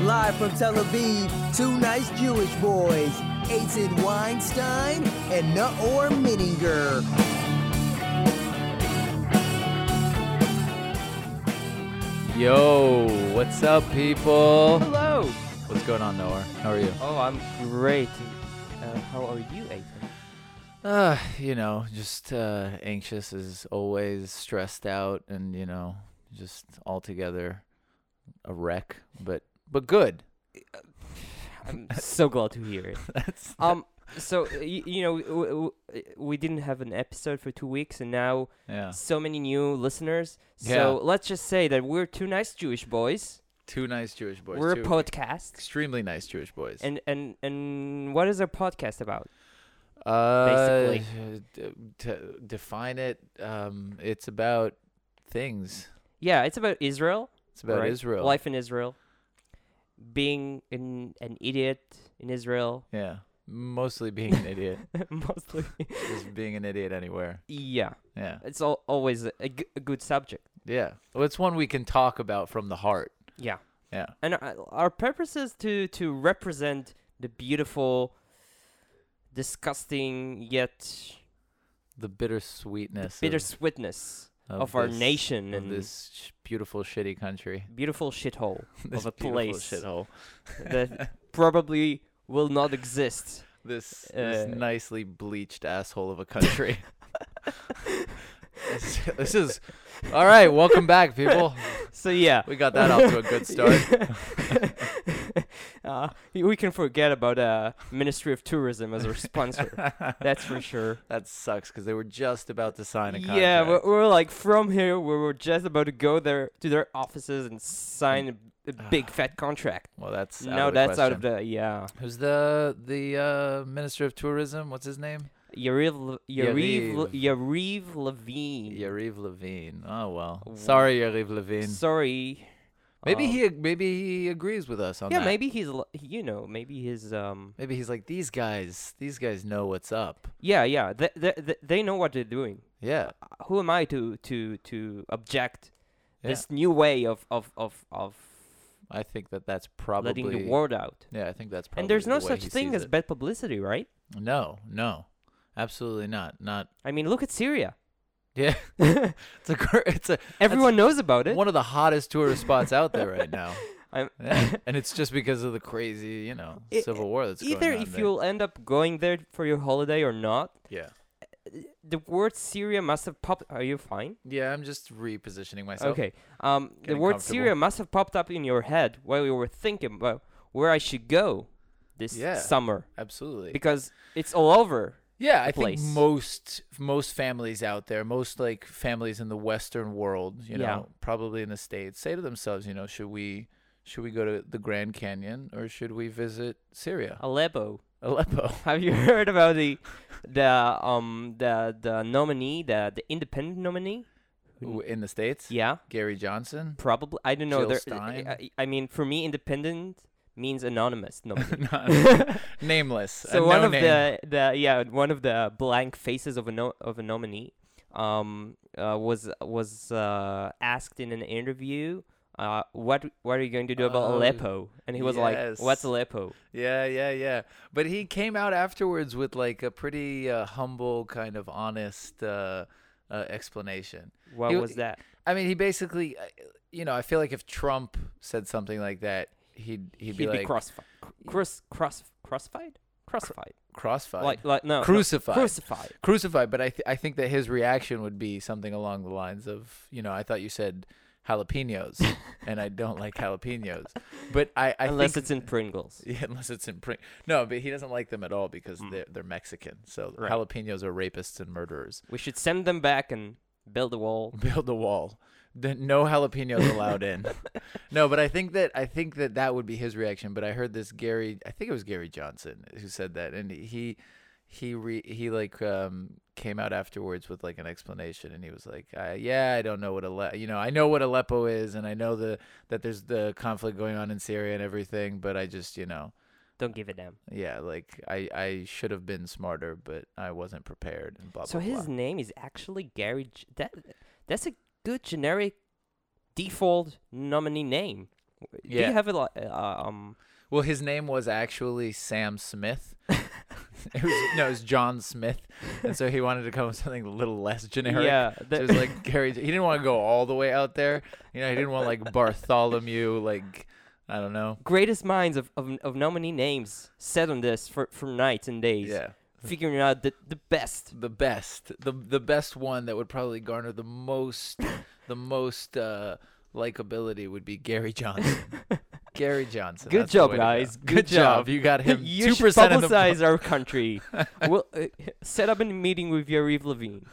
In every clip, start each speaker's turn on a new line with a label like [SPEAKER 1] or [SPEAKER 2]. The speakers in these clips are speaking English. [SPEAKER 1] Live from Tel Aviv, two nice Jewish boys, Aitzen Weinstein and Naor Minninger.
[SPEAKER 2] Yo, what's up, people?
[SPEAKER 3] Hello.
[SPEAKER 2] What's going on, Noah? How are you?
[SPEAKER 3] Oh, I'm great. Uh, how are you, Ethan?
[SPEAKER 2] Uh, you know, just uh, anxious as always, stressed out, and you know, just altogether a wreck. But but good.
[SPEAKER 3] I'm so glad to hear it.
[SPEAKER 2] That's
[SPEAKER 3] Um, so you, you know, w- w- w- we didn't have an episode for two weeks, and now
[SPEAKER 2] yeah.
[SPEAKER 3] so many new listeners. So
[SPEAKER 2] Ah. Yeah.
[SPEAKER 3] let's just say that we're two nice Jewish boys.
[SPEAKER 2] Two nice Jewish boys.
[SPEAKER 3] we're
[SPEAKER 2] two
[SPEAKER 3] a podcast.
[SPEAKER 2] extremely nice Jewish boys.
[SPEAKER 3] And and and what is our podcast about?
[SPEAKER 2] uh,
[SPEAKER 3] basically.
[SPEAKER 2] d- to define it, um, it's about things.
[SPEAKER 3] Yeah, it's about Israel.
[SPEAKER 2] It's about
[SPEAKER 3] right?
[SPEAKER 2] Israel.
[SPEAKER 3] Life in Israel. Being an an idiot in Israel,
[SPEAKER 2] Yeah. Mostly being an idiot.
[SPEAKER 3] mostly.
[SPEAKER 2] Just being an idiot anywhere.
[SPEAKER 3] yeah,
[SPEAKER 2] Yeah.
[SPEAKER 3] it's al- always a, a g- a good subject.
[SPEAKER 2] Yeah. Well, it's one we can talk about from the heart.
[SPEAKER 3] Yeah.
[SPEAKER 2] Yeah.
[SPEAKER 3] And our, our purpose is to to represent the beautiful, disgusting yet
[SPEAKER 2] The bittersweetness. of-
[SPEAKER 3] bittersweetness of our
[SPEAKER 2] this-
[SPEAKER 3] nation
[SPEAKER 2] Of
[SPEAKER 3] and
[SPEAKER 2] this sh- beautiful, shitty country.
[SPEAKER 3] beautiful shithole
[SPEAKER 2] This
[SPEAKER 3] of a
[SPEAKER 2] beautiful
[SPEAKER 3] place
[SPEAKER 2] shithole.
[SPEAKER 3] that probably will not exist.
[SPEAKER 2] This,
[SPEAKER 3] Uh,
[SPEAKER 2] this nicely bleached asshole of a country. this, this is. All right. Welcome back, people.
[SPEAKER 3] So yeah.
[SPEAKER 2] We got that off to a good start.
[SPEAKER 3] uh, we can forget about uh, Ministry of Tourism as our sponsor. That's for sure.
[SPEAKER 2] That sucks because they were just about to sign a contract.
[SPEAKER 3] Yeah, we're, we're like from here. We were just about to go there to their offices and sign a, a big fat contract.
[SPEAKER 2] well, that's out
[SPEAKER 3] no,
[SPEAKER 2] of the
[SPEAKER 3] that's out of
[SPEAKER 2] question.
[SPEAKER 3] the yeah.
[SPEAKER 2] Who's the the uh, minister of tourism? What's his name?
[SPEAKER 3] Yariv, Le- Yariv, Le-
[SPEAKER 2] Yariv.
[SPEAKER 3] Yariv Levine.
[SPEAKER 2] Yariv Levine. Oh well.
[SPEAKER 3] W-
[SPEAKER 2] Sorry, Yariv Levine.
[SPEAKER 3] Sorry.
[SPEAKER 2] Maybe
[SPEAKER 3] um,
[SPEAKER 2] he ag- maybe he agrees with us on
[SPEAKER 3] Yeah,
[SPEAKER 2] that.
[SPEAKER 3] maybe he's. l- You know, maybe his. Um.
[SPEAKER 2] Maybe he's like these guys. These guys know what's up.
[SPEAKER 3] Yeah, yeah. They, they, they- they know what they're doing.
[SPEAKER 2] Yeah.
[SPEAKER 3] Uh, Who am I to to to object?
[SPEAKER 2] Yeah.
[SPEAKER 3] This new way of of of of
[SPEAKER 2] I think that that's probably.
[SPEAKER 3] letting the word out.
[SPEAKER 2] Yeah, I think that's probably.
[SPEAKER 3] And there's no
[SPEAKER 2] the way
[SPEAKER 3] such
[SPEAKER 2] he
[SPEAKER 3] thing
[SPEAKER 2] sees
[SPEAKER 3] as
[SPEAKER 2] it.
[SPEAKER 3] bad publicity, right?
[SPEAKER 2] No, no, absolutely not. Not.
[SPEAKER 3] I mean, look at Syria.
[SPEAKER 2] Yeah. it's a. gr- It's a.
[SPEAKER 3] Everyone knows about it.
[SPEAKER 2] One of the hottest tourist spots out there right now.
[SPEAKER 3] I'm-
[SPEAKER 2] Yeah, and it's just because of the crazy, you know,
[SPEAKER 3] I-
[SPEAKER 2] civil war that's
[SPEAKER 3] Either
[SPEAKER 2] going on.
[SPEAKER 3] if
[SPEAKER 2] there.
[SPEAKER 3] you'll end up going there for your holiday or not,
[SPEAKER 2] Yeah.
[SPEAKER 3] the word Syria must have popped. Are you fine?
[SPEAKER 2] Yeah, I'm just repositioning myself.
[SPEAKER 3] okay. Um, the
[SPEAKER 2] Getting
[SPEAKER 3] word
[SPEAKER 2] comfortable.
[SPEAKER 3] Syria must have popped up in your head while you were thinking about where I should go this
[SPEAKER 2] Yeah.
[SPEAKER 3] summer
[SPEAKER 2] Absolutely.
[SPEAKER 3] because it's all over.
[SPEAKER 2] Yeah, I
[SPEAKER 3] place.
[SPEAKER 2] think most most families out there, most like families in the Western world, you know,
[SPEAKER 3] Yeah.
[SPEAKER 2] probably in the states, say to themselves, you know, should we should we go to the Grand Canyon or should we visit
[SPEAKER 3] Oh.
[SPEAKER 2] Syria,
[SPEAKER 3] Aleppo.
[SPEAKER 2] Aleppo?
[SPEAKER 3] Have you heard about the the um the the nominee the the independent nominee?
[SPEAKER 2] Ooh, In the states,
[SPEAKER 3] Yeah,
[SPEAKER 2] Gary Johnson.
[SPEAKER 3] probably. I don't know.
[SPEAKER 2] Jill
[SPEAKER 3] There,
[SPEAKER 2] Stein?
[SPEAKER 3] I, I mean, for me, independent means anonymous nominee.
[SPEAKER 2] No, nameless.
[SPEAKER 3] So
[SPEAKER 2] a
[SPEAKER 3] one
[SPEAKER 2] no
[SPEAKER 3] of
[SPEAKER 2] name.
[SPEAKER 3] the, the yeah one of the blank faces of a no, of a nominee um uh, was was uh, asked in an interview uh, what what are you going to do about
[SPEAKER 2] Oh,
[SPEAKER 3] Aleppo and he was like
[SPEAKER 2] yes.
[SPEAKER 3] what's Aleppo
[SPEAKER 2] Yeah, yeah, yeah. But he came out afterwards with like a pretty uh, humble, kind of honest uh, uh, explanation.
[SPEAKER 3] what
[SPEAKER 2] He-
[SPEAKER 3] was that
[SPEAKER 2] I mean, he basically, uh, you know, I feel like if Trump said something like that, he'd he'd,
[SPEAKER 3] he'd
[SPEAKER 2] be,
[SPEAKER 3] be,
[SPEAKER 2] like
[SPEAKER 3] crossfi- cr- cross cross crossfied crossfied
[SPEAKER 2] crossfied,
[SPEAKER 3] like like no no,
[SPEAKER 2] crucified,
[SPEAKER 3] crucified
[SPEAKER 2] crucified. But I th- I think that his reaction would be something along the lines of, you know, I thought you said jalapenos, and I don't like jalapenos. But I, I
[SPEAKER 3] unless
[SPEAKER 2] think,
[SPEAKER 3] it's in Pringles
[SPEAKER 2] yeah, unless it's in print. No, but he doesn't like them at all because
[SPEAKER 3] Mm.
[SPEAKER 2] they're they're Mexican. So
[SPEAKER 3] Right.
[SPEAKER 2] jalapenos are rapists and murderers.
[SPEAKER 3] we should send them back and build a wall
[SPEAKER 2] build a wall. Th- No jalapenos allowed in. no, but I think that I think that that would be his reaction. But I heard this Gary, I think it was Gary Johnson who said that, and he he re, he like um, came out afterwards with like an explanation, and he was like, uh, "Yeah, I don't know what Aleppo. You know, I know what Aleppo is, and I know the that there's the conflict going on in Syria and everything, but I just you know."
[SPEAKER 3] don't give a damn
[SPEAKER 2] Yeah, like I, I should have been smarter, but I wasn't prepared and blah blah
[SPEAKER 3] So his
[SPEAKER 2] blah.
[SPEAKER 3] name is actually Gary. J- that that's a good generic default nominee name. Do
[SPEAKER 2] Yeah.
[SPEAKER 3] you have a lot? Uh, um,
[SPEAKER 2] Well, his name was actually Sam Smith. it was no, it was John Smith, and so he wanted to come with something a little less generic.
[SPEAKER 3] Yeah,
[SPEAKER 2] so
[SPEAKER 3] the-
[SPEAKER 2] it was like Gary. He didn't want to go all the way out there. You know, he didn't want like Bartholomew. Like I don't know.
[SPEAKER 3] greatest minds of, of, of nominee names sat on this for, for nights and days.
[SPEAKER 2] Yeah,
[SPEAKER 3] Figuring out the, the best.
[SPEAKER 2] the best, the the best one that would probably garner the most, the most uh, likability would be Gary Johnson. Gary Johnson.
[SPEAKER 3] Good
[SPEAKER 2] that's the
[SPEAKER 3] job,
[SPEAKER 2] way to go.
[SPEAKER 3] guys. Good,
[SPEAKER 2] Good job. You got him.
[SPEAKER 3] You should
[SPEAKER 2] 2% in the
[SPEAKER 3] publicize our country. we'll uh, set up a meeting with Yariv Levine.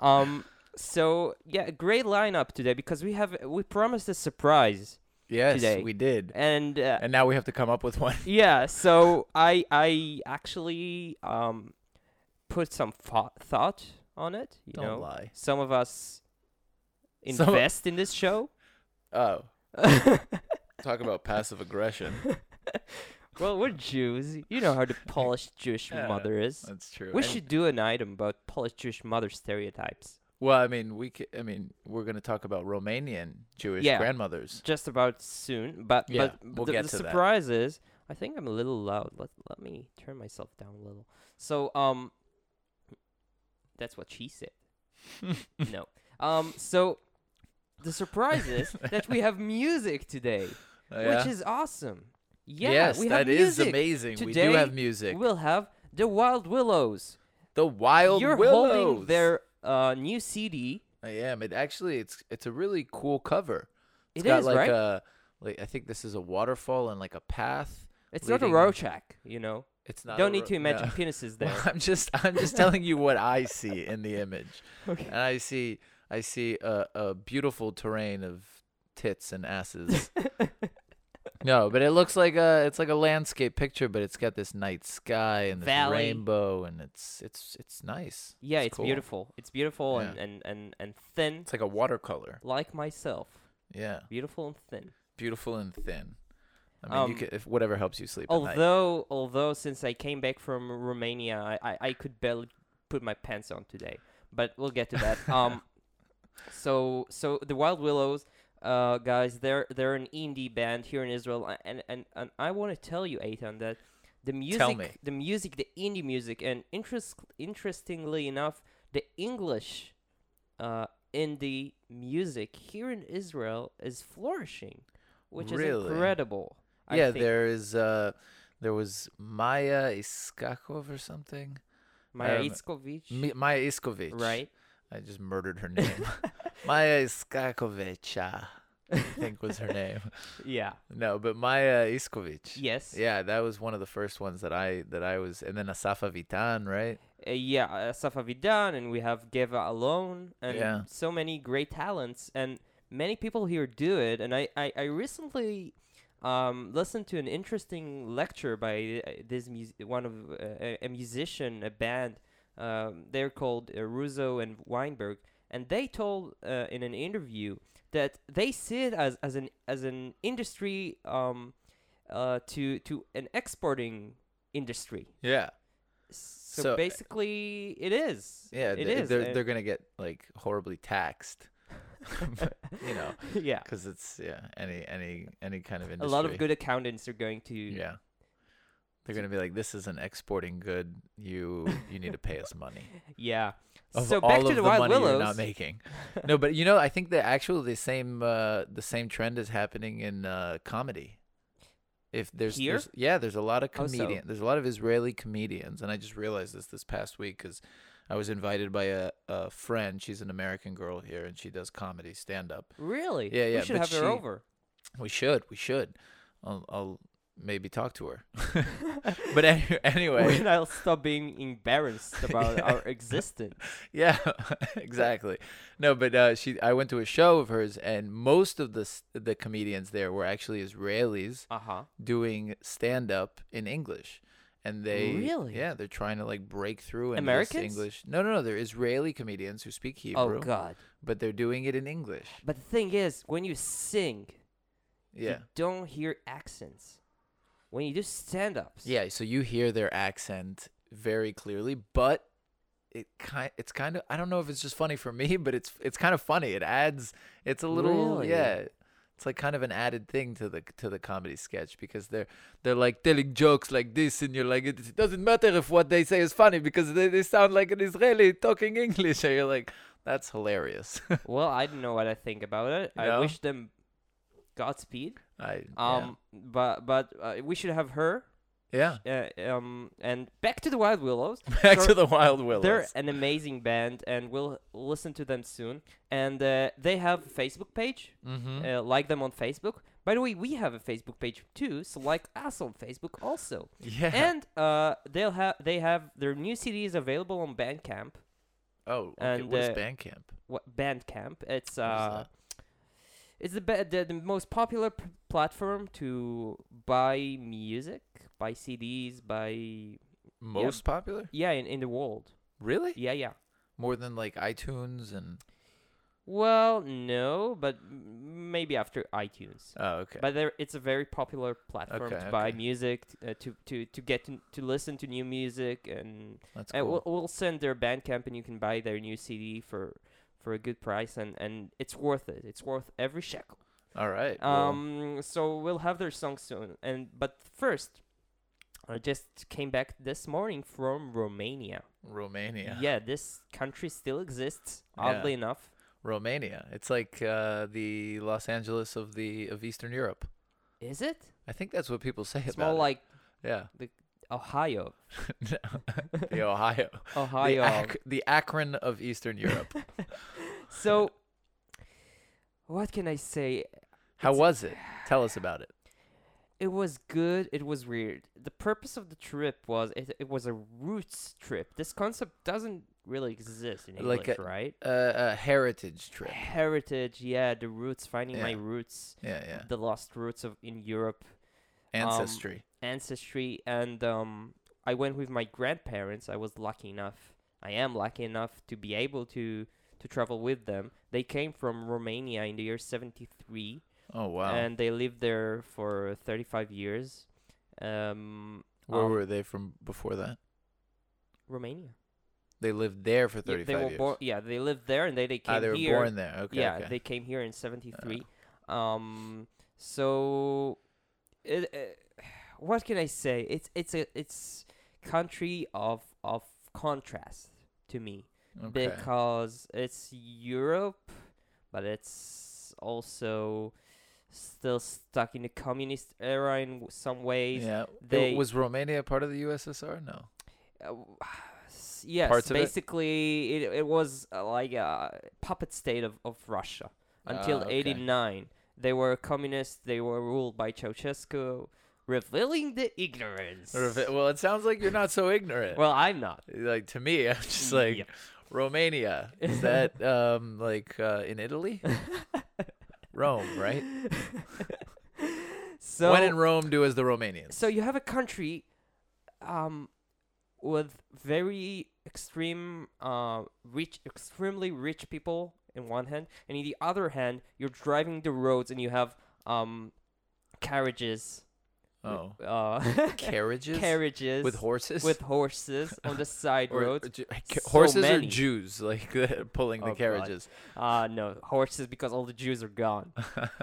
[SPEAKER 3] Um. So yeah, great lineup today because we have we promised a surprise
[SPEAKER 2] yes,
[SPEAKER 3] today.
[SPEAKER 2] we did.
[SPEAKER 3] and uh,
[SPEAKER 2] and now we have to come up with one.
[SPEAKER 3] yeah. So I I actually um put some thought thought on it. You
[SPEAKER 2] Don't
[SPEAKER 3] know,
[SPEAKER 2] lie.
[SPEAKER 3] some of us
[SPEAKER 2] Some of-
[SPEAKER 3] invest in this show.
[SPEAKER 2] Oh, talk about passive aggression.
[SPEAKER 3] Well, we're Jews. You know how the Polish Jewish
[SPEAKER 2] Yeah,
[SPEAKER 3] mother is.
[SPEAKER 2] That's true.
[SPEAKER 3] We
[SPEAKER 2] And-
[SPEAKER 3] should do an item about Polish Jewish mother stereotypes.
[SPEAKER 2] Well, I mean, we. c I I mean, we're going to talk about Romanian Jewish
[SPEAKER 3] Yeah.
[SPEAKER 2] grandmothers.
[SPEAKER 3] Just about soon, but
[SPEAKER 2] Yeah,
[SPEAKER 3] but
[SPEAKER 2] we'll
[SPEAKER 3] the,
[SPEAKER 2] get
[SPEAKER 3] the
[SPEAKER 2] to that.
[SPEAKER 3] surprise is, I think I'm a little loud. Let let me turn myself down a little. So um, that's what she said. no. Um. So the surprise is that we have music today,
[SPEAKER 2] Oh, yeah?
[SPEAKER 3] which is awesome. Yeah,
[SPEAKER 2] yes,
[SPEAKER 3] we have
[SPEAKER 2] that is
[SPEAKER 3] music.
[SPEAKER 2] amazing.
[SPEAKER 3] Today,
[SPEAKER 2] we do have music.
[SPEAKER 3] We'll have the Wild Willows.
[SPEAKER 2] the Wild
[SPEAKER 3] You're
[SPEAKER 2] Willows.
[SPEAKER 3] holding their uh, new CD.
[SPEAKER 2] I am. It actually, it's it's a really cool cover. It's
[SPEAKER 3] It
[SPEAKER 2] got
[SPEAKER 3] is,
[SPEAKER 2] like
[SPEAKER 3] right?
[SPEAKER 2] a like I think this is a waterfall and like a path.
[SPEAKER 3] It's not a
[SPEAKER 2] leading-
[SPEAKER 3] Rorschach, you know.
[SPEAKER 2] It's not. a
[SPEAKER 3] Don't need
[SPEAKER 2] ro-
[SPEAKER 3] to imagine
[SPEAKER 2] no.
[SPEAKER 3] penises
[SPEAKER 2] Well,
[SPEAKER 3] there.
[SPEAKER 2] I'm just I'm just telling you what I see in the image. And I see I see a, a beautiful terrain of tits and asses. no, but it looks like a it's like a landscape picture, but it's got this night sky and this
[SPEAKER 3] Valley.
[SPEAKER 2] rainbow and it's it's it's nice.
[SPEAKER 3] yeah, it's,
[SPEAKER 2] cool.
[SPEAKER 3] beautiful. It's beautiful and,
[SPEAKER 2] Yeah.
[SPEAKER 3] and, and, and thin,
[SPEAKER 2] It's like a watercolor.
[SPEAKER 3] like myself.
[SPEAKER 2] Yeah.
[SPEAKER 3] Beautiful and thin.
[SPEAKER 2] Beautiful and thin. I mean, you
[SPEAKER 3] Um,
[SPEAKER 2] could, if whatever helps you sleep at night.
[SPEAKER 3] Although, although since I came back from Romania, I, I, I could barely put my pants on today. But we'll get to that. Um, so so the Wild Willows, uh, guys, they're they're an indie band here in Israel, a- and and, and I want to tell you, Ethan, that the music,
[SPEAKER 2] me.
[SPEAKER 3] the music, the indie music, and interest interestingly enough, the English, uh, indie music here in Israel is flourishing, which is
[SPEAKER 2] Really?
[SPEAKER 3] incredible. I
[SPEAKER 2] yeah,
[SPEAKER 3] think.
[SPEAKER 2] there is uh there was Maya Iskakov or something.
[SPEAKER 3] Maya
[SPEAKER 2] Um,
[SPEAKER 3] Itzkovich,
[SPEAKER 2] Mi- Maya Iskovic.
[SPEAKER 3] right?
[SPEAKER 2] I just murdered her name. Maya Iskakovica, I think was her name.
[SPEAKER 3] Yeah.
[SPEAKER 2] No, but Maya Iskovic.
[SPEAKER 3] Yes.
[SPEAKER 2] Yeah, that was one of the first ones that I that I was, and then Asafa Vitan, right?
[SPEAKER 3] Uh, yeah, uh, Safa Vidan, and we have Geva Alone, and
[SPEAKER 2] Yeah.
[SPEAKER 3] so many great talents, and many people here do it. And I, I, I recently um, listened to an interesting lecture by uh, this mus- one of uh, a- a musician, a band. Um, they're called uh, Russo and Weinberg, and they told uh, in an interview that they see it as, as an as an industry um, uh, to to an exporting industry.
[SPEAKER 2] Yeah,
[SPEAKER 3] So,
[SPEAKER 2] So, uh,
[SPEAKER 3] basically, it is.
[SPEAKER 2] yeah.
[SPEAKER 3] it
[SPEAKER 2] th-
[SPEAKER 3] is.
[SPEAKER 2] They're
[SPEAKER 3] uh,
[SPEAKER 2] they're gonna get like horribly taxed, you know,
[SPEAKER 3] yeah.
[SPEAKER 2] because it's yeah any any any kind of
[SPEAKER 3] A
[SPEAKER 2] industry.
[SPEAKER 3] lot of good accountants are going to.
[SPEAKER 2] Yeah, they're gonna be like, this is an exporting good. You you need to pay us money.
[SPEAKER 3] yeah.
[SPEAKER 2] of
[SPEAKER 3] so
[SPEAKER 2] all
[SPEAKER 3] back
[SPEAKER 2] of
[SPEAKER 3] to the,
[SPEAKER 2] the,
[SPEAKER 3] Wild
[SPEAKER 2] money
[SPEAKER 3] Willows.
[SPEAKER 2] you're not making. No, but you know, I think the actual the same uh, the same trend is happening in uh, comedy. If there's,
[SPEAKER 3] Here?
[SPEAKER 2] there's- yeah, there's a lot of
[SPEAKER 3] How so?
[SPEAKER 2] comedian. There's a lot of Israeli comedians, and I just realized this this past week because I was invited by a, a friend. She's an American girl here, and she does comedy stand up.
[SPEAKER 3] Really?
[SPEAKER 2] Yeah, yeah,
[SPEAKER 3] We should
[SPEAKER 2] but
[SPEAKER 3] have
[SPEAKER 2] she-
[SPEAKER 3] her over.
[SPEAKER 2] We should, we should. I'll, I'll maybe talk to her. but any, anyway,
[SPEAKER 3] When I'll stop being embarrassed about our existence.
[SPEAKER 2] Yeah, exactly. No, but uh, she, I went to a show of hers, and most of the s- the comedians there were actually Israelis
[SPEAKER 3] Uh huh.
[SPEAKER 2] doing stand up in English, and they
[SPEAKER 3] Really?
[SPEAKER 2] yeah, they're trying to like break through and
[SPEAKER 3] Americans?
[SPEAKER 2] English. No, no, no, they're Israeli comedians who speak Hebrew.
[SPEAKER 3] Oh God.
[SPEAKER 2] But they're doing it in English.
[SPEAKER 3] But the thing is, when you sing,
[SPEAKER 2] Yeah.
[SPEAKER 3] you don't hear accents. When you do stand-ups.
[SPEAKER 2] Yeah, so you hear their accent very clearly, but it kind it's kind of I don't know if it's just funny for me, but it's it's kind of funny. It adds it's a little
[SPEAKER 3] Really?
[SPEAKER 2] yeah. It's like kind of an added thing to the to the comedy sketch because they're they're like telling jokes like this, and you're like, it, it doesn't matter if what they say is funny because they, they sound like an Israeli talking English, and you're like, that's hilarious.
[SPEAKER 3] Well, I don't know what I think about it. I
[SPEAKER 2] No?
[SPEAKER 3] wish them Godspeed.
[SPEAKER 2] I
[SPEAKER 3] Um, but but uh, we should have her.
[SPEAKER 2] yeah.
[SPEAKER 3] Uh, um, and back to the Wild Willows.
[SPEAKER 2] yeah. Back
[SPEAKER 3] Sure.
[SPEAKER 2] to the Wild Willows.
[SPEAKER 3] They're an amazing band, and we'll listen to them soon. And uh, they have a Facebook page.
[SPEAKER 2] mm-hmm.
[SPEAKER 3] Uh, like them on Facebook. By the way, we have a Facebook page too, so like us on Facebook also.
[SPEAKER 2] yeah.
[SPEAKER 3] And uh, they'll have they have their new CDs available on Bandcamp.
[SPEAKER 2] oh, okay.
[SPEAKER 3] and,
[SPEAKER 2] what is
[SPEAKER 3] uh,
[SPEAKER 2] Bandcamp?
[SPEAKER 3] What Bandcamp? It's
[SPEAKER 2] What is
[SPEAKER 3] uh,
[SPEAKER 2] that?
[SPEAKER 3] it's the, ba- the the most popular p- platform to buy music, buy CDs, buy
[SPEAKER 2] Most popular?
[SPEAKER 3] yeah in, in the world.
[SPEAKER 2] Really?
[SPEAKER 3] Yeah, yeah.
[SPEAKER 2] More than like iTunes and
[SPEAKER 3] Well, no, but m- maybe after iTunes.
[SPEAKER 2] oh, okay.
[SPEAKER 3] But there, it's a very popular platform
[SPEAKER 2] Okay,
[SPEAKER 3] to buy
[SPEAKER 2] okay.
[SPEAKER 3] music, t- uh, to to to get to, to listen to new music, and
[SPEAKER 2] That's
[SPEAKER 3] uh,
[SPEAKER 2] cool.
[SPEAKER 3] we'll, we'll send their Bandcamp, and you can buy their new CD for for a good price, and and it's worth it. It's worth every shekel.
[SPEAKER 2] All right. well,
[SPEAKER 3] Um, so we'll have their song soon, and but first, I just came back this morning from Romania.
[SPEAKER 2] Romania.
[SPEAKER 3] this country still exists,
[SPEAKER 2] Yeah.
[SPEAKER 3] oddly enough.
[SPEAKER 2] Romania. It's like uh, the Los Angeles of the of Eastern Europe.
[SPEAKER 3] Is it?
[SPEAKER 2] I think that's what people say
[SPEAKER 3] It's
[SPEAKER 2] about
[SPEAKER 3] more
[SPEAKER 2] it.
[SPEAKER 3] like
[SPEAKER 2] yeah,
[SPEAKER 3] Ohio.
[SPEAKER 2] the Ohio, the,
[SPEAKER 3] Ohio.
[SPEAKER 2] Ac- the Akron of Eastern Europe.
[SPEAKER 3] So, what can I say?
[SPEAKER 2] How
[SPEAKER 3] It's-
[SPEAKER 2] was it? Tell us about it.
[SPEAKER 3] It was good. It was weird. The purpose of the trip was it, it was a roots trip. This concept doesn't really exist in
[SPEAKER 2] Like
[SPEAKER 3] English,
[SPEAKER 2] a
[SPEAKER 3] right?
[SPEAKER 2] Uh, a heritage trip.
[SPEAKER 3] Heritage, yeah, the roots, finding my
[SPEAKER 2] Yeah.
[SPEAKER 3] roots,
[SPEAKER 2] Yeah, yeah.
[SPEAKER 3] the lost roots of in Europe, Um,
[SPEAKER 2] Ancestry.
[SPEAKER 3] ancestry, and um, I went with my grandparents. I was lucky enough. I am lucky enough to be able to to travel with them. They came from Romania in the year seventy three.
[SPEAKER 2] oh wow.
[SPEAKER 3] and they lived there for 35 years. Um,
[SPEAKER 2] Where
[SPEAKER 3] um,
[SPEAKER 2] were they from before that?
[SPEAKER 3] Romania?
[SPEAKER 2] They lived there for
[SPEAKER 3] Yeah,
[SPEAKER 2] 35
[SPEAKER 3] they were
[SPEAKER 2] years.
[SPEAKER 3] born. Yeah, they lived there, and they they came
[SPEAKER 2] ah, they were
[SPEAKER 3] here.
[SPEAKER 2] born there. Okay.
[SPEAKER 3] yeah,
[SPEAKER 2] okay. Uh.
[SPEAKER 3] they came here in '73. Um, so, it, uh, what can I say? It's it's a it's country of of contrast to me
[SPEAKER 2] Okay.
[SPEAKER 3] because it's Europe, but it's also still stuck in the communist era in w- some ways.
[SPEAKER 2] yeah.
[SPEAKER 3] they-
[SPEAKER 2] They, was Romania part of the USSR? No.
[SPEAKER 3] uh, w- s- yes,
[SPEAKER 2] Parts of it?
[SPEAKER 3] basically it? It, was uh, like a puppet state of, of Russia until
[SPEAKER 2] Ah, okay.
[SPEAKER 3] 89. They were communist, they were ruled by Ceausescu, revealing the ignorance.
[SPEAKER 2] Or if it- well, it sounds like you're not so ignorant.
[SPEAKER 3] well, I'm not.
[SPEAKER 2] like to me, I'm just like
[SPEAKER 3] Yep.
[SPEAKER 2] Romania. Is that um like uh, in Italy? Rome, right?
[SPEAKER 3] so
[SPEAKER 2] when in Rome, do as the Romanians.
[SPEAKER 3] so you have a country um with very extreme uh rich extremely rich people in one hand and in the other hand you're driving the roads and you have um carriages
[SPEAKER 2] oh,
[SPEAKER 3] uh
[SPEAKER 2] carriages
[SPEAKER 3] carriages
[SPEAKER 2] with horses.
[SPEAKER 3] with horses on the side
[SPEAKER 2] Or- uh, or
[SPEAKER 3] roads
[SPEAKER 2] ju- ca-
[SPEAKER 3] So
[SPEAKER 2] horses
[SPEAKER 3] many.
[SPEAKER 2] or Jews, like pulling
[SPEAKER 3] Oh,
[SPEAKER 2] the
[SPEAKER 3] God.
[SPEAKER 2] carriages.
[SPEAKER 3] Uh no, horses because all the Jews are gone.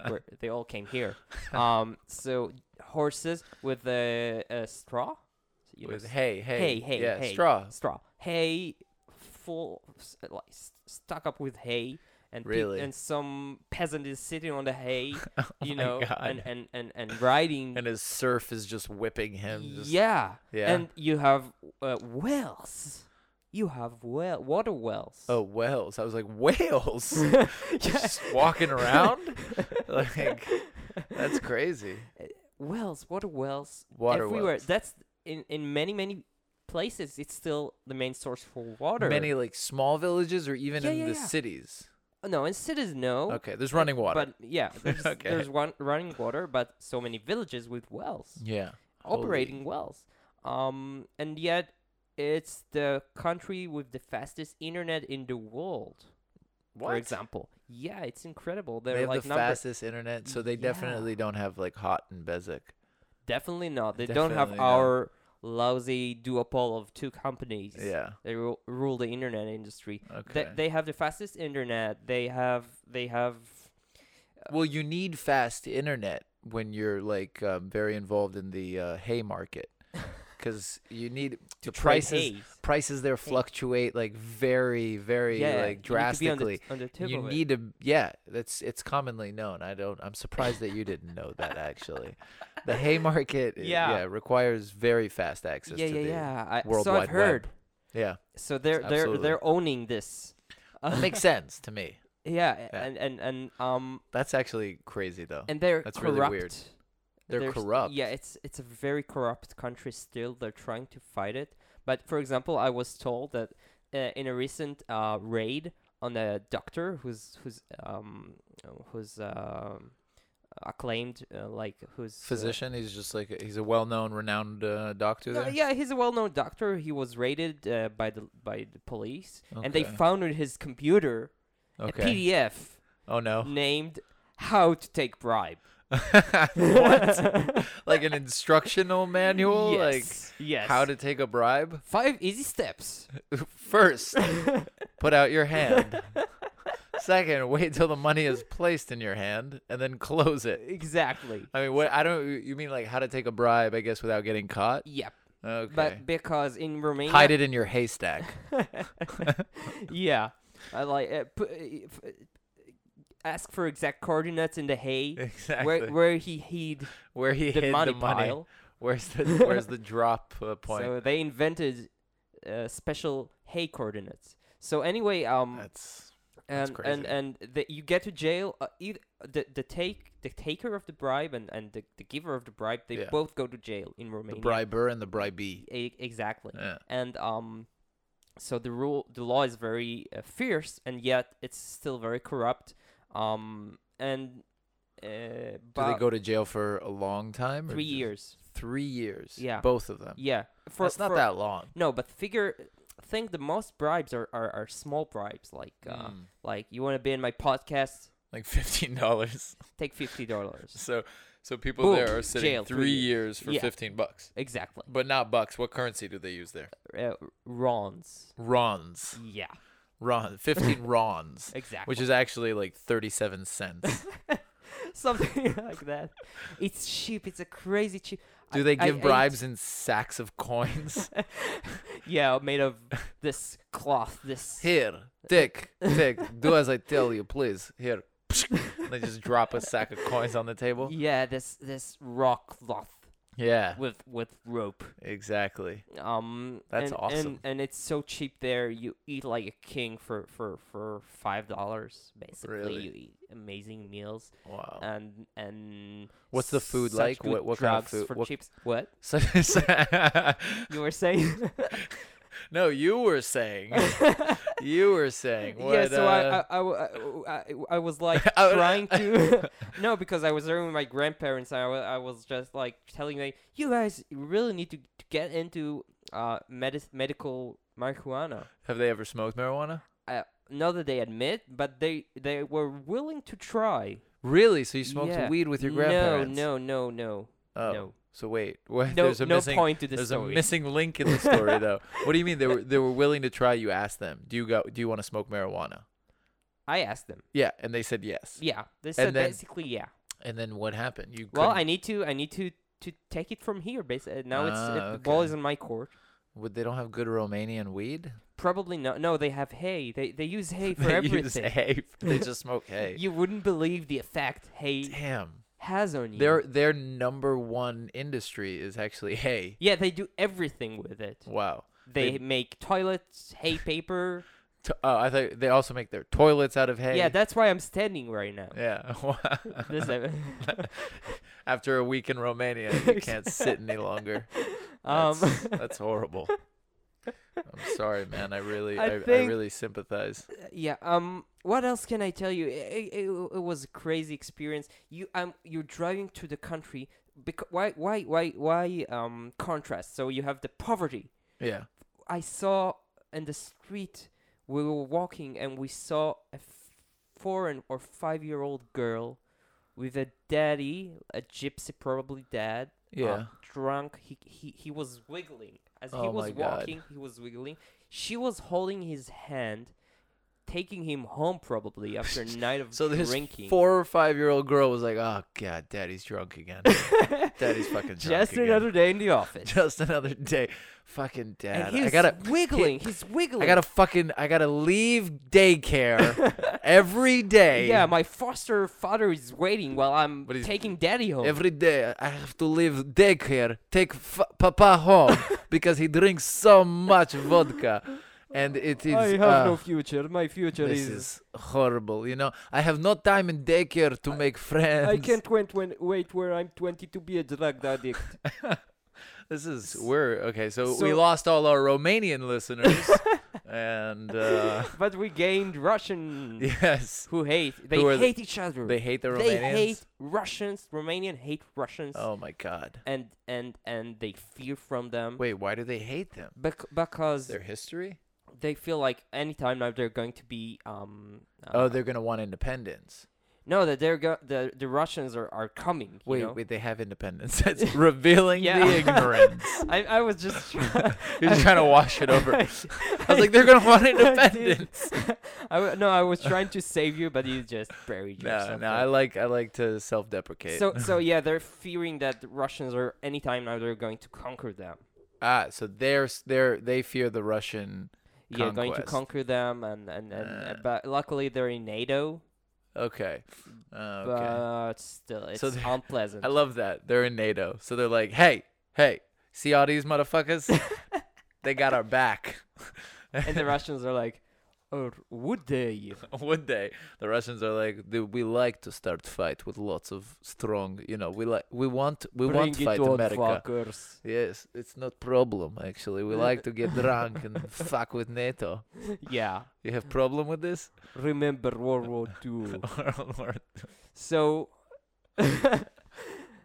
[SPEAKER 3] Where they all came here. Um so horses with a, a straw. You know,
[SPEAKER 2] With
[SPEAKER 3] s-
[SPEAKER 2] hey,
[SPEAKER 3] hay,
[SPEAKER 2] hey,
[SPEAKER 3] hay,
[SPEAKER 2] yeah,
[SPEAKER 3] hay,
[SPEAKER 2] straw.
[SPEAKER 3] straw, hay, full s- like s- stuck up with hay, and peop-
[SPEAKER 2] Really? Oh
[SPEAKER 3] and some peasant is sitting on the hay, you
[SPEAKER 2] my
[SPEAKER 3] know,
[SPEAKER 2] God.
[SPEAKER 3] and and and and riding.
[SPEAKER 2] And his surf is just whipping him. Just,
[SPEAKER 3] yeah.
[SPEAKER 2] Yeah.
[SPEAKER 3] and you have uh, wells. You have well water wells.
[SPEAKER 2] Oh, whales. I was like, whales?
[SPEAKER 3] Yeah.
[SPEAKER 2] just walking around? like, that's crazy.
[SPEAKER 3] wells, water wells,
[SPEAKER 2] Water
[SPEAKER 3] everywhere.
[SPEAKER 2] wells.
[SPEAKER 3] That's in in many many places. It's still the main source for water.
[SPEAKER 2] Many like small villages or even
[SPEAKER 3] Yeah,
[SPEAKER 2] in
[SPEAKER 3] yeah,
[SPEAKER 2] the
[SPEAKER 3] yeah.
[SPEAKER 2] cities.
[SPEAKER 3] no, in cities, no.
[SPEAKER 2] Okay, there's running water.
[SPEAKER 3] But yeah, there's,
[SPEAKER 2] Okay.
[SPEAKER 3] there's one running water, but so many villages with wells,
[SPEAKER 2] yeah.
[SPEAKER 3] operating wells. Um, and yet it's the country with the fastest internet in the world.
[SPEAKER 2] What?
[SPEAKER 3] For example, yeah, it's incredible. They're
[SPEAKER 2] They have
[SPEAKER 3] like
[SPEAKER 2] the
[SPEAKER 3] number-
[SPEAKER 2] fastest internet, so they definitely don't have like hot and Bezic.
[SPEAKER 3] definitely not. They don't have
[SPEAKER 2] Definitely not.
[SPEAKER 3] our lousy duopoly of two companies.
[SPEAKER 2] Yeah.
[SPEAKER 3] they ru- rule the internet industry.
[SPEAKER 2] Okay.
[SPEAKER 3] They, they have the fastest internet. They have they have
[SPEAKER 2] Well, you need fast internet when you're like um, very involved in the uh, hay market, because you need the
[SPEAKER 3] trade
[SPEAKER 2] prices.
[SPEAKER 3] hays.
[SPEAKER 2] Prices there fluctuate like very, very
[SPEAKER 3] yeah,
[SPEAKER 2] like
[SPEAKER 3] you need to be on the-
[SPEAKER 2] drastically.
[SPEAKER 3] on the tip
[SPEAKER 2] you
[SPEAKER 3] of it.
[SPEAKER 2] need to, yeah. That's it's commonly known. I don't. I'm surprised that you didn't know that actually. The hay market, i-
[SPEAKER 3] Yeah.
[SPEAKER 2] yeah, requires very fast access.
[SPEAKER 3] yeah,
[SPEAKER 2] to
[SPEAKER 3] yeah,
[SPEAKER 2] the,
[SPEAKER 3] yeah. I,
[SPEAKER 2] World
[SPEAKER 3] so
[SPEAKER 2] Wide
[SPEAKER 3] I've
[SPEAKER 2] Web.
[SPEAKER 3] heard.
[SPEAKER 2] yeah.
[SPEAKER 3] So they're they're
[SPEAKER 2] Absolutely.
[SPEAKER 3] they're owning this.
[SPEAKER 2] That makes sense to me.
[SPEAKER 3] Yeah,
[SPEAKER 2] Yeah.
[SPEAKER 3] and and and um
[SPEAKER 2] That's actually crazy though.
[SPEAKER 3] and they're
[SPEAKER 2] That's really
[SPEAKER 3] corrupt.
[SPEAKER 2] weird. They're
[SPEAKER 3] There's-
[SPEAKER 2] corrupt.
[SPEAKER 3] Yeah, it's it's a very corrupt country still. They're trying to fight it. But for example, I was told that uh, in a recent uh, raid on a doctor who's who's um who's um acclaimed uh, like who's uh,
[SPEAKER 2] physician. He's just like a- he's a well-known, renowned uh, doctor.
[SPEAKER 3] No,
[SPEAKER 2] there.
[SPEAKER 3] yeah, he's a well-known doctor. He was raided uh, by the by the police, and they
[SPEAKER 2] Okay.
[SPEAKER 3] found on his computer
[SPEAKER 2] Okay.
[SPEAKER 3] a PDF
[SPEAKER 2] Oh no.
[SPEAKER 3] named "How to Take Bribe."
[SPEAKER 2] what? like an instructional manual,
[SPEAKER 3] yes,
[SPEAKER 2] like
[SPEAKER 3] yes.
[SPEAKER 2] how to take a bribe.
[SPEAKER 3] five easy steps.
[SPEAKER 2] First, put out your hand. Second, wait till the money is placed in your hand, and then close it.
[SPEAKER 3] exactly.
[SPEAKER 2] I mean, what? I don't. You mean like how to take a bribe? I guess without getting caught.
[SPEAKER 3] Yep.
[SPEAKER 2] Okay.
[SPEAKER 3] But because in Romania,
[SPEAKER 2] Hide it in your haystack.
[SPEAKER 3] yeah, I like uh, pu- uh, f- uh, ask for exact coordinates in the hay
[SPEAKER 2] exactly.
[SPEAKER 3] where where he hid
[SPEAKER 2] Where he
[SPEAKER 3] the
[SPEAKER 2] hid
[SPEAKER 3] money,
[SPEAKER 2] the money.
[SPEAKER 3] pile.
[SPEAKER 2] Where's the Where's the drop uh, point?
[SPEAKER 3] So um, they invented uh, special hay coordinates. So anyway, um,
[SPEAKER 2] That's
[SPEAKER 3] and,
[SPEAKER 2] that's
[SPEAKER 3] and
[SPEAKER 2] crazy.
[SPEAKER 3] and the, you get to jail. Uh, either the the take the taker of the bribe and and the, the giver of the bribe, they
[SPEAKER 2] Yeah.
[SPEAKER 3] both go to jail in Romania.
[SPEAKER 2] the briber and the bribee.
[SPEAKER 3] E- exactly.
[SPEAKER 2] Yeah.
[SPEAKER 3] And um, so the rule, the law is very uh, fierce, and yet it's still very corrupt. Um, and uh,
[SPEAKER 2] Do
[SPEAKER 3] but
[SPEAKER 2] they go to jail for a long time? or
[SPEAKER 3] three
[SPEAKER 2] just-
[SPEAKER 3] years.
[SPEAKER 2] Three years.
[SPEAKER 3] Yeah.
[SPEAKER 2] Both of them.
[SPEAKER 3] Yeah, for
[SPEAKER 2] That's not
[SPEAKER 3] for-
[SPEAKER 2] that long.
[SPEAKER 3] No, but figure think the most bribes are, are, are small bribes like uh,
[SPEAKER 2] Mm.
[SPEAKER 3] like you want to be in my podcast
[SPEAKER 2] Like fifteen dollars.
[SPEAKER 3] take fifty dollars
[SPEAKER 2] So so people
[SPEAKER 3] Boom.
[SPEAKER 2] there are sitting
[SPEAKER 3] Jail, three
[SPEAKER 2] three years for
[SPEAKER 3] Yeah.
[SPEAKER 2] fifteen bucks.
[SPEAKER 3] exactly
[SPEAKER 2] But not bucks. What currency do they use there?
[SPEAKER 3] uh, rons
[SPEAKER 2] Rons.
[SPEAKER 3] yeah
[SPEAKER 2] Ron. Fifteen rons.
[SPEAKER 3] exactly
[SPEAKER 2] Which is actually like thirty-seven cents.
[SPEAKER 3] something like that it's cheap it's a crazy cheap I-
[SPEAKER 2] Do they
[SPEAKER 3] I
[SPEAKER 2] give
[SPEAKER 3] ate-
[SPEAKER 2] bribes in sacks of coins?
[SPEAKER 3] yeah made of this cloth this
[SPEAKER 2] Here, take, take. Do as I tell you, please. Here. And they just drop a sack of coins on the table.
[SPEAKER 3] yeah this this rock cloth
[SPEAKER 2] Yeah,
[SPEAKER 3] with with rope
[SPEAKER 2] exactly.
[SPEAKER 3] Um,
[SPEAKER 2] That's
[SPEAKER 3] and, And,
[SPEAKER 2] awesome.
[SPEAKER 3] and it's so cheap there. You eat like a king for for for five dollars basically.
[SPEAKER 2] Really?
[SPEAKER 3] You eat amazing meals
[SPEAKER 2] Wow.
[SPEAKER 3] and and
[SPEAKER 2] What's the food
[SPEAKER 3] such
[SPEAKER 2] like?
[SPEAKER 3] good
[SPEAKER 2] What- what kind of
[SPEAKER 3] drugs
[SPEAKER 2] food-
[SPEAKER 3] for
[SPEAKER 2] what-
[SPEAKER 3] cheap? What
[SPEAKER 2] So,
[SPEAKER 3] you were saying?
[SPEAKER 2] no, you were saying. You were saying. What,
[SPEAKER 3] yeah, so
[SPEAKER 2] uh,
[SPEAKER 3] I I, I w- I- I- I was like
[SPEAKER 2] Oh,
[SPEAKER 3] trying to no because I was there with my grandparents and I wa- I was just like telling them you guys really need to, to get into uh medis medical marijuana.
[SPEAKER 2] have they ever smoked marijuana?
[SPEAKER 3] uh, not that they admit, but they they were willing to try.
[SPEAKER 2] Really? So you smoked
[SPEAKER 3] Yeah.
[SPEAKER 2] weed with your grandparents?
[SPEAKER 3] No, no, no, no,
[SPEAKER 2] Oh,
[SPEAKER 3] no.
[SPEAKER 2] So wait, what?
[SPEAKER 3] No,
[SPEAKER 2] there's a
[SPEAKER 3] no
[SPEAKER 2] missing.
[SPEAKER 3] point to this
[SPEAKER 2] there's
[SPEAKER 3] story.
[SPEAKER 2] a missing link in the story, though. What do you mean they were they were willing to try? You asked them, do you go? Do you want to smoke marijuana?
[SPEAKER 3] I asked them.
[SPEAKER 2] Yeah, and they said yes.
[SPEAKER 3] Yeah, they said
[SPEAKER 2] then-
[SPEAKER 3] basically yeah.
[SPEAKER 2] And then what happened? You
[SPEAKER 3] Well,
[SPEAKER 2] couldn't-
[SPEAKER 3] I need to, I need to to take it from here. Basically, now it's it,
[SPEAKER 2] Ah,
[SPEAKER 3] the ball
[SPEAKER 2] okay.
[SPEAKER 3] is in my court.
[SPEAKER 2] would they don't have good Romanian weed?
[SPEAKER 3] Probably not. No, they have hay. They they use hay for
[SPEAKER 2] they
[SPEAKER 3] everything.
[SPEAKER 2] use hay. They just smoke hay.
[SPEAKER 3] You wouldn't believe the effect hay
[SPEAKER 2] Damn.
[SPEAKER 3] has on you.
[SPEAKER 2] Their their number one industry is actually hay.
[SPEAKER 3] yeah, they do everything with it.
[SPEAKER 2] Wow.
[SPEAKER 3] They,
[SPEAKER 2] They-
[SPEAKER 3] make toilets, hay paper.
[SPEAKER 2] To, oh, I thought they also make their toilets out of hay.
[SPEAKER 3] Yeah, that's why I'm standing right now.
[SPEAKER 2] yeah.
[SPEAKER 3] This, uh,
[SPEAKER 2] After a week in Romania, you can't sit any longer.
[SPEAKER 3] um,
[SPEAKER 2] That's, that's horrible. I'm sorry, man. I really,
[SPEAKER 3] I
[SPEAKER 2] I, I,
[SPEAKER 3] think-
[SPEAKER 2] really sympathize.
[SPEAKER 3] yeah um what else can i tell you it, it, it, it was a crazy experience you um you're driving to the country because why why why why um contrast so you have the poverty
[SPEAKER 2] Yeah.
[SPEAKER 3] i saw in the street we were walking and we saw a f- four and or five year old girl with a daddy a gypsy probably dad uh,
[SPEAKER 2] Yeah.
[SPEAKER 3] drunk he, he he was wiggling as he
[SPEAKER 2] Oh
[SPEAKER 3] was
[SPEAKER 2] my God.
[SPEAKER 3] walking he was wiggling she was holding his hand taking him home probably after a night of
[SPEAKER 2] So this
[SPEAKER 3] drinking.
[SPEAKER 2] four or five year old girl was like, "Oh God, Daddy's drunk again. Daddy's fucking drunk
[SPEAKER 3] Just
[SPEAKER 2] again.
[SPEAKER 3] another day in the office.
[SPEAKER 2] Just another day. Fucking dad.
[SPEAKER 3] and he's
[SPEAKER 2] I gotta
[SPEAKER 3] wiggling. he's wiggling.
[SPEAKER 2] I gotta fucking. I gotta leave daycare every day.
[SPEAKER 3] Yeah, my foster father is waiting while I'm
[SPEAKER 2] But he's-
[SPEAKER 3] taking daddy home.
[SPEAKER 2] Every day I have to leave daycare, take f- Papa home because he drinks so much vodka, and it is.
[SPEAKER 3] I have
[SPEAKER 2] uh,
[SPEAKER 3] no future. My future
[SPEAKER 2] this
[SPEAKER 3] is,
[SPEAKER 2] is horrible. You know, I have no time in daycare to make friends.
[SPEAKER 3] I can't wait when wait where I'm 20 to be a drug addict.
[SPEAKER 2] This is we're okay. So, we
[SPEAKER 3] So-
[SPEAKER 2] lost all our Romanian listeners, and uh,
[SPEAKER 3] but we gained Russian
[SPEAKER 2] yes,
[SPEAKER 3] who hate. They
[SPEAKER 2] Who are the-
[SPEAKER 3] hate each other.
[SPEAKER 2] they hate the Romanians.
[SPEAKER 3] They hate Russians. Romanian hate Russians.
[SPEAKER 2] Oh my god!
[SPEAKER 3] And and and they fear from them.
[SPEAKER 2] Wait, why do they hate them?
[SPEAKER 3] Bec- because
[SPEAKER 2] Their history?
[SPEAKER 3] they feel like anytime now they're going to be um uh,
[SPEAKER 2] Oh, they're gonna want independence.
[SPEAKER 3] no that they're go- the the Russians are, are coming you
[SPEAKER 2] Wait,
[SPEAKER 3] know?
[SPEAKER 2] wait, they have independence. That's revealing
[SPEAKER 3] Yeah.
[SPEAKER 2] the ignorance.
[SPEAKER 3] I, I was just try-
[SPEAKER 2] You're just trying to wash it over. I was like,
[SPEAKER 3] I-
[SPEAKER 2] they're gonna want
[SPEAKER 3] I did.
[SPEAKER 2] independence.
[SPEAKER 3] I w- no, I was trying to save you, but you just buried
[SPEAKER 2] No,
[SPEAKER 3] yourself.
[SPEAKER 2] no, I like I like to self-deprecate.
[SPEAKER 3] so so yeah, they're fearing that the Russians are anytime now they're going to conquer them.
[SPEAKER 2] ah, so they're s- they're they fear the Russian.
[SPEAKER 3] Yeah, going to
[SPEAKER 2] Conquest.
[SPEAKER 3] conquer them, and and, and uh,
[SPEAKER 2] Uh.
[SPEAKER 3] but luckily they're in NATO,
[SPEAKER 2] Okay, Uh, okay.
[SPEAKER 3] but still it's
[SPEAKER 2] So they're-
[SPEAKER 3] unpleasant.
[SPEAKER 2] I love that they're in NATO, so they're like, hey, hey, see all these motherfuckers? they got our back.
[SPEAKER 3] and the Russians are like, oh, would they?
[SPEAKER 2] One day, the Russians are like, "Dude, we like to start fight with lots of strong, you know, we like, we want, we
[SPEAKER 3] Bring
[SPEAKER 2] want
[SPEAKER 3] it
[SPEAKER 2] fight
[SPEAKER 3] on,
[SPEAKER 2] America.
[SPEAKER 3] fuckers.
[SPEAKER 2] Yes, it's not problem actually. We like to get drunk and fuck with NATO.
[SPEAKER 3] Yeah,
[SPEAKER 2] You have problem with this?
[SPEAKER 3] remember World War Two.
[SPEAKER 2] World War-
[SPEAKER 3] So,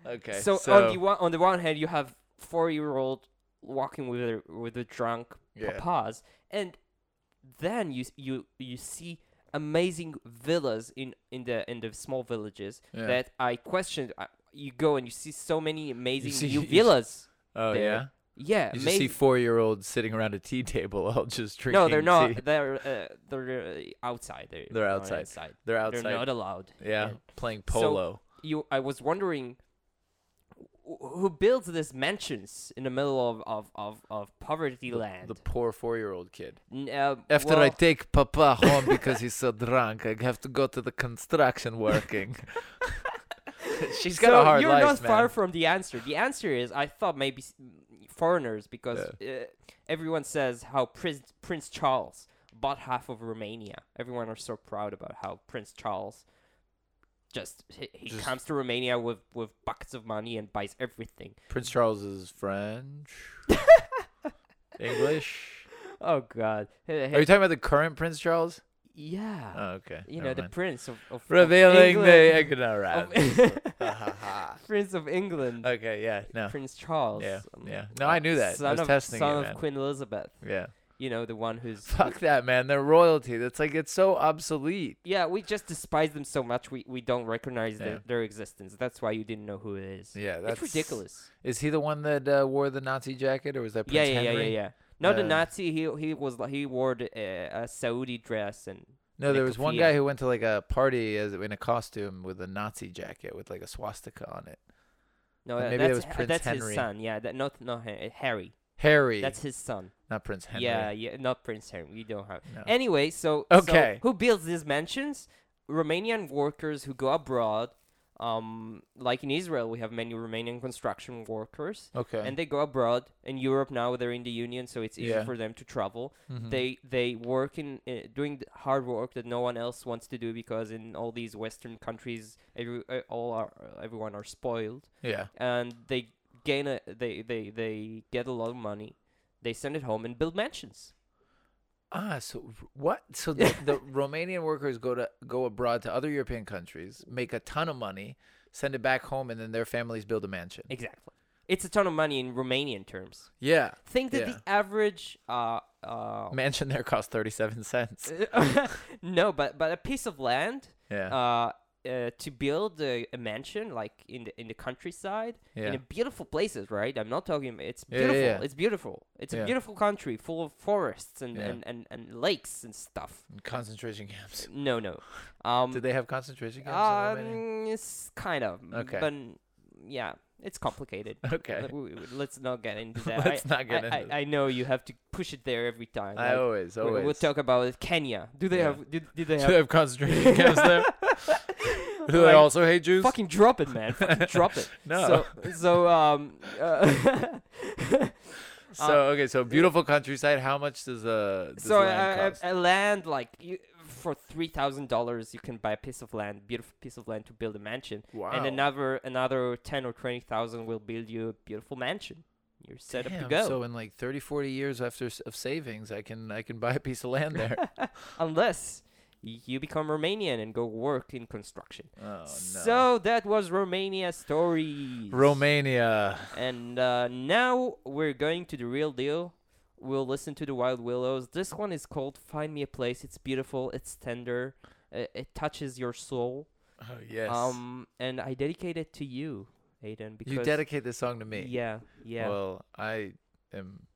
[SPEAKER 2] okay.
[SPEAKER 3] so, on the one on the one hand, you have four year old walking with a with a drunk
[SPEAKER 2] Yeah.
[SPEAKER 3] papas, and then you s- you you see amazing villas in in the in the small villages
[SPEAKER 2] Yeah.
[SPEAKER 3] that I questioned. I, you go and you see so many amazing
[SPEAKER 2] see-
[SPEAKER 3] new
[SPEAKER 2] you s-
[SPEAKER 3] villas.
[SPEAKER 2] oh
[SPEAKER 3] there.
[SPEAKER 2] yeah.
[SPEAKER 3] Yeah,
[SPEAKER 2] You just
[SPEAKER 3] amazing.
[SPEAKER 2] see four-year-olds sitting around a tea table, all just drinking.
[SPEAKER 3] no, they're
[SPEAKER 2] tea.
[SPEAKER 3] not. They're uh, they're uh, outside. They're,
[SPEAKER 2] They're
[SPEAKER 3] not
[SPEAKER 2] outside. They're outside.
[SPEAKER 3] They're not allowed.
[SPEAKER 2] yeah,
[SPEAKER 3] in.
[SPEAKER 2] playing
[SPEAKER 3] So-
[SPEAKER 2] polo.
[SPEAKER 3] you I was wondering wh- who builds these mansions in the middle of of of, of poverty land.
[SPEAKER 2] the poor four-year-old kid.
[SPEAKER 3] N- uh,
[SPEAKER 2] After I
[SPEAKER 3] well,
[SPEAKER 2] take Papa home because he's so drunk, I have to go to the construction working. She's got
[SPEAKER 3] so
[SPEAKER 2] a hard
[SPEAKER 3] you're
[SPEAKER 2] life,
[SPEAKER 3] not
[SPEAKER 2] man.
[SPEAKER 3] far from the answer. The answer is I thought maybe s- foreigners because uh, everyone says how Prince Prince Charles bought half of Romania. Everyone are so proud about how Prince Charles just he, he
[SPEAKER 2] Just-
[SPEAKER 3] comes to Romania with with buckets of money and buys everything.
[SPEAKER 2] Prince Charles is French, English.
[SPEAKER 3] Oh God! Hey,
[SPEAKER 2] Are
[SPEAKER 3] hey,
[SPEAKER 2] you talking about the current Prince Charles?
[SPEAKER 3] yeah.
[SPEAKER 2] Oh, okay.
[SPEAKER 3] you
[SPEAKER 2] never
[SPEAKER 3] know, the
[SPEAKER 2] mind.
[SPEAKER 3] Prince of, of of
[SPEAKER 2] revealing the
[SPEAKER 3] England-
[SPEAKER 2] all right.
[SPEAKER 3] of- Prince of England,
[SPEAKER 2] okay, Oh, yeah, no,
[SPEAKER 3] Prince Charles.
[SPEAKER 2] yeah,
[SPEAKER 3] um,
[SPEAKER 2] yeah. No, I knew that. I
[SPEAKER 3] Son
[SPEAKER 2] was
[SPEAKER 3] of,
[SPEAKER 2] testing
[SPEAKER 3] son
[SPEAKER 2] you,
[SPEAKER 3] of
[SPEAKER 2] man.
[SPEAKER 3] Queen Elizabeth.
[SPEAKER 2] Yeah,
[SPEAKER 3] You know, the one who's.
[SPEAKER 2] fuck that, man. They're royalty. That's like it's so obsolete.
[SPEAKER 3] Yeah, we just despise them so much. We we don't recognize
[SPEAKER 2] Yeah.
[SPEAKER 3] their, their existence. That's why you didn't know who it is.
[SPEAKER 2] Yeah,
[SPEAKER 3] that's
[SPEAKER 2] that's
[SPEAKER 3] it's ridiculous.
[SPEAKER 2] Is he the one that uh, wore the Nazi jacket, or was that Prince
[SPEAKER 3] Yeah, yeah, yeah,
[SPEAKER 2] Henry?
[SPEAKER 3] yeah, yeah. Not the
[SPEAKER 2] Uh,
[SPEAKER 3] Nazi. He he was li- he wore the, uh, a Saudi dress and
[SPEAKER 2] No, there was one
[SPEAKER 3] Necrophilia.
[SPEAKER 2] guy who went to like a party as in a costume with a Nazi jacket with like a swastika on it.
[SPEAKER 3] no.
[SPEAKER 2] And
[SPEAKER 3] uh,
[SPEAKER 2] maybe that was
[SPEAKER 3] that's Ha-
[SPEAKER 2] Prince
[SPEAKER 3] that's
[SPEAKER 2] Henry.
[SPEAKER 3] his son. Yeah, that not not Hen- Harry.
[SPEAKER 2] Harry,
[SPEAKER 3] That's his son.
[SPEAKER 2] not Prince Henry.
[SPEAKER 3] Yeah, yeah, not Prince Harry. We don't have.
[SPEAKER 2] No.
[SPEAKER 3] Anyway, so so
[SPEAKER 2] Okay.
[SPEAKER 3] who builds these mansions? Romanian workers who go abroad. Um, like in Israel, we have many Romanian construction workers,
[SPEAKER 2] Okay.
[SPEAKER 3] and they go abroad. In Europe now, they're in the Union, so it's easy
[SPEAKER 2] Yeah.
[SPEAKER 3] for them to travel.
[SPEAKER 2] Mhm.
[SPEAKER 3] They they work in uh, doing the hard work that no one else wants to do because in all these Western countries, every uh, all are everyone are spoiled
[SPEAKER 2] yeah.
[SPEAKER 3] and they gain a they they they get a lot of money. They send it home and build mansions.
[SPEAKER 2] Ah, so r- what? So the, the Romanian workers go to go abroad to other European countries, make a ton of money, send it back home, and then their families build a mansion.
[SPEAKER 3] Exactly. It's a ton of money in Romanian terms.
[SPEAKER 2] Yeah,
[SPEAKER 3] Think that
[SPEAKER 2] Yeah.
[SPEAKER 3] the average uh uh
[SPEAKER 2] mansion there costs thirty seven cents.
[SPEAKER 3] no, but but a piece of land
[SPEAKER 2] Yeah,
[SPEAKER 3] uh uh, to build a, a mansion like in the in the countryside in
[SPEAKER 2] Yeah.
[SPEAKER 3] a beautiful places, right? I'm not talking. It's
[SPEAKER 2] Yeah, yeah,
[SPEAKER 3] beautiful.
[SPEAKER 2] yeah.
[SPEAKER 3] It's beautiful. It's a
[SPEAKER 2] Yeah.
[SPEAKER 3] beautiful country full of forests and,
[SPEAKER 2] Yeah.
[SPEAKER 3] and, and, and lakes and stuff.
[SPEAKER 2] concentration camps.
[SPEAKER 3] No, no. Um,
[SPEAKER 2] Did they have concentration camps in Romania?
[SPEAKER 3] um, it's kind of.
[SPEAKER 2] Okay.
[SPEAKER 3] But n- yeah, it's complicated.
[SPEAKER 2] Okay.
[SPEAKER 3] Let- w- w- Let's not get into that.
[SPEAKER 2] Let's
[SPEAKER 3] I,
[SPEAKER 2] not get
[SPEAKER 3] I,
[SPEAKER 2] into
[SPEAKER 3] I,
[SPEAKER 2] that.
[SPEAKER 3] I know you have to push it there every time.
[SPEAKER 2] I
[SPEAKER 3] like,
[SPEAKER 2] always,
[SPEAKER 3] we-
[SPEAKER 2] always.
[SPEAKER 3] We'll talk about it. Kenya. Do they
[SPEAKER 2] Yeah.
[SPEAKER 3] have? Did, did they
[SPEAKER 2] Do they
[SPEAKER 3] have?
[SPEAKER 2] have concentration camps there? Do they
[SPEAKER 3] Like,
[SPEAKER 2] also hate Jews?
[SPEAKER 3] Fucking drop it, man. Fucking drop it.
[SPEAKER 2] No.
[SPEAKER 3] So, so um. Uh,
[SPEAKER 2] So
[SPEAKER 3] um,
[SPEAKER 2] okay, so beautiful countryside. How much does uh does
[SPEAKER 3] so
[SPEAKER 2] land
[SPEAKER 3] a,
[SPEAKER 2] cost?
[SPEAKER 3] a, a land like you, for three thousand dollars, you can buy a piece of land, beautiful piece of land to build a mansion. And
[SPEAKER 2] Wow.
[SPEAKER 3] another another ten or twenty thousand will build you a beautiful mansion. You're set up to
[SPEAKER 2] Damn,
[SPEAKER 3] go.
[SPEAKER 2] So in like 30, 40 years after s- of savings, I can I can buy a piece of land there.
[SPEAKER 3] unless y- you become Romanian and go work in construction.
[SPEAKER 2] oh no.
[SPEAKER 3] So that was Romania stories.
[SPEAKER 2] Romania.
[SPEAKER 3] And uh, now we're going to the real deal. We'll listen to the Wild Willows. This one is called "Find Me a Place." It's beautiful. It's tender. It, it touches your soul.
[SPEAKER 2] Oh yes.
[SPEAKER 3] Um, and I dedicate it to you, Aiden. Because
[SPEAKER 2] you dedicate this song to me.
[SPEAKER 3] Yeah, yeah.
[SPEAKER 2] Well, I am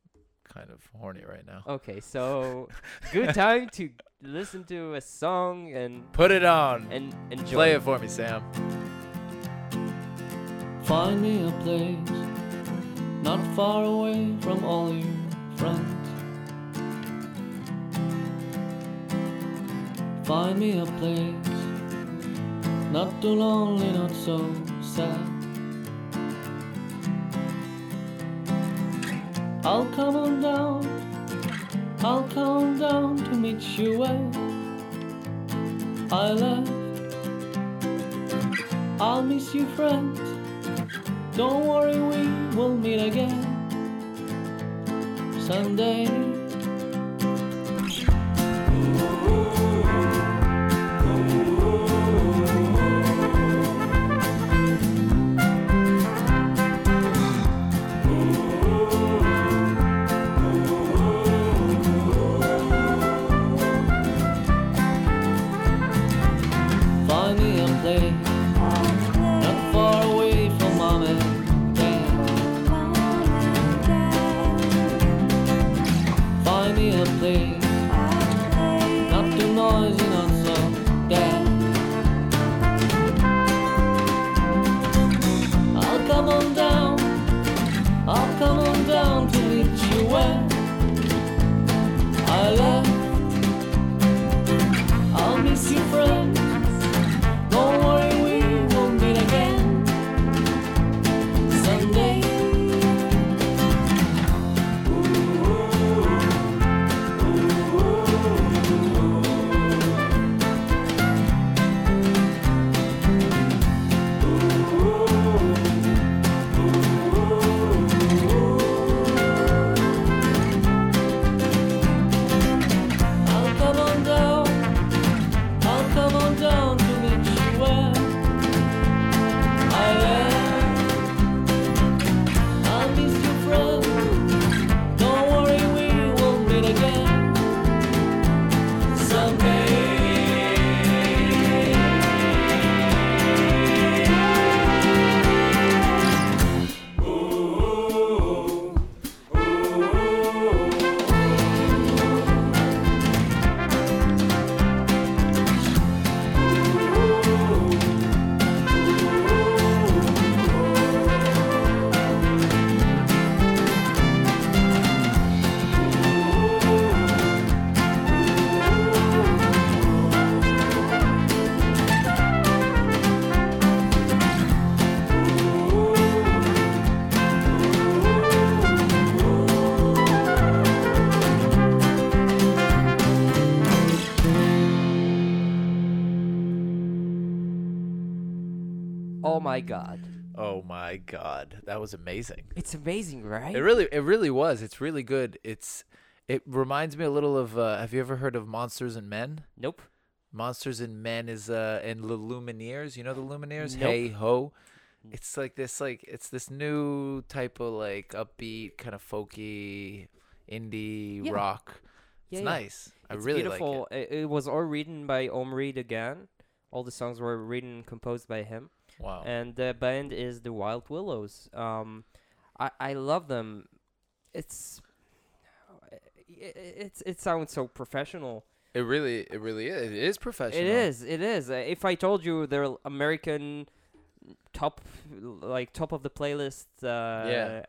[SPEAKER 2] kind of horny right now.
[SPEAKER 3] okay, so good time to listen to a song and
[SPEAKER 2] Put it on.
[SPEAKER 3] and enjoy.
[SPEAKER 2] Play it for me, Sam.
[SPEAKER 4] Find me a place not far away from all your friends. Find me a place not too lonely, not so sad. I'll come on down, I'll come down to meet you where I left. I'll miss you, friends. Don't worry, we will meet again someday. Find me a place not far away from mom and dad. Find me a place, not too noisy, not so bad. I'll come on down, I'll come on down to meet you where I left. I'll miss you, friend. Don't worry, we will meet again someday. I'll come on down. I'll come on down to meet you where I am. I'll miss you, friend. Don't worry, we will meet again someday.
[SPEAKER 3] Oh my God.
[SPEAKER 2] Oh my god, that was amazing.
[SPEAKER 3] It's amazing, right?
[SPEAKER 2] It really, it really was. It's really good. It's, it reminds me a little of. Uh, have you ever heard of Monsters and Men?
[SPEAKER 3] nope.
[SPEAKER 2] Monsters and Men is uh and the Lumineers. You know the Lumineers?
[SPEAKER 3] Nope.
[SPEAKER 2] Hey
[SPEAKER 3] Mm.
[SPEAKER 2] ho. It's like this like it's this new type of like upbeat kind of folky indie
[SPEAKER 3] Yeah.
[SPEAKER 2] rock.
[SPEAKER 3] Yeah,
[SPEAKER 2] it's
[SPEAKER 3] yeah.
[SPEAKER 2] nice. I
[SPEAKER 3] it's
[SPEAKER 2] really
[SPEAKER 3] beautiful.
[SPEAKER 2] like
[SPEAKER 3] I- it. was all written by Omri Degan. All the songs were written and composed by him.
[SPEAKER 2] Wow.
[SPEAKER 3] And the band is the Wild Willows. Um, I I love them. It's i- i- it's it sounds so professional.
[SPEAKER 2] it really, it really is. It is professional.
[SPEAKER 3] It is. It is. Uh, If I told you they're l- American top, like top of the playlist, uh,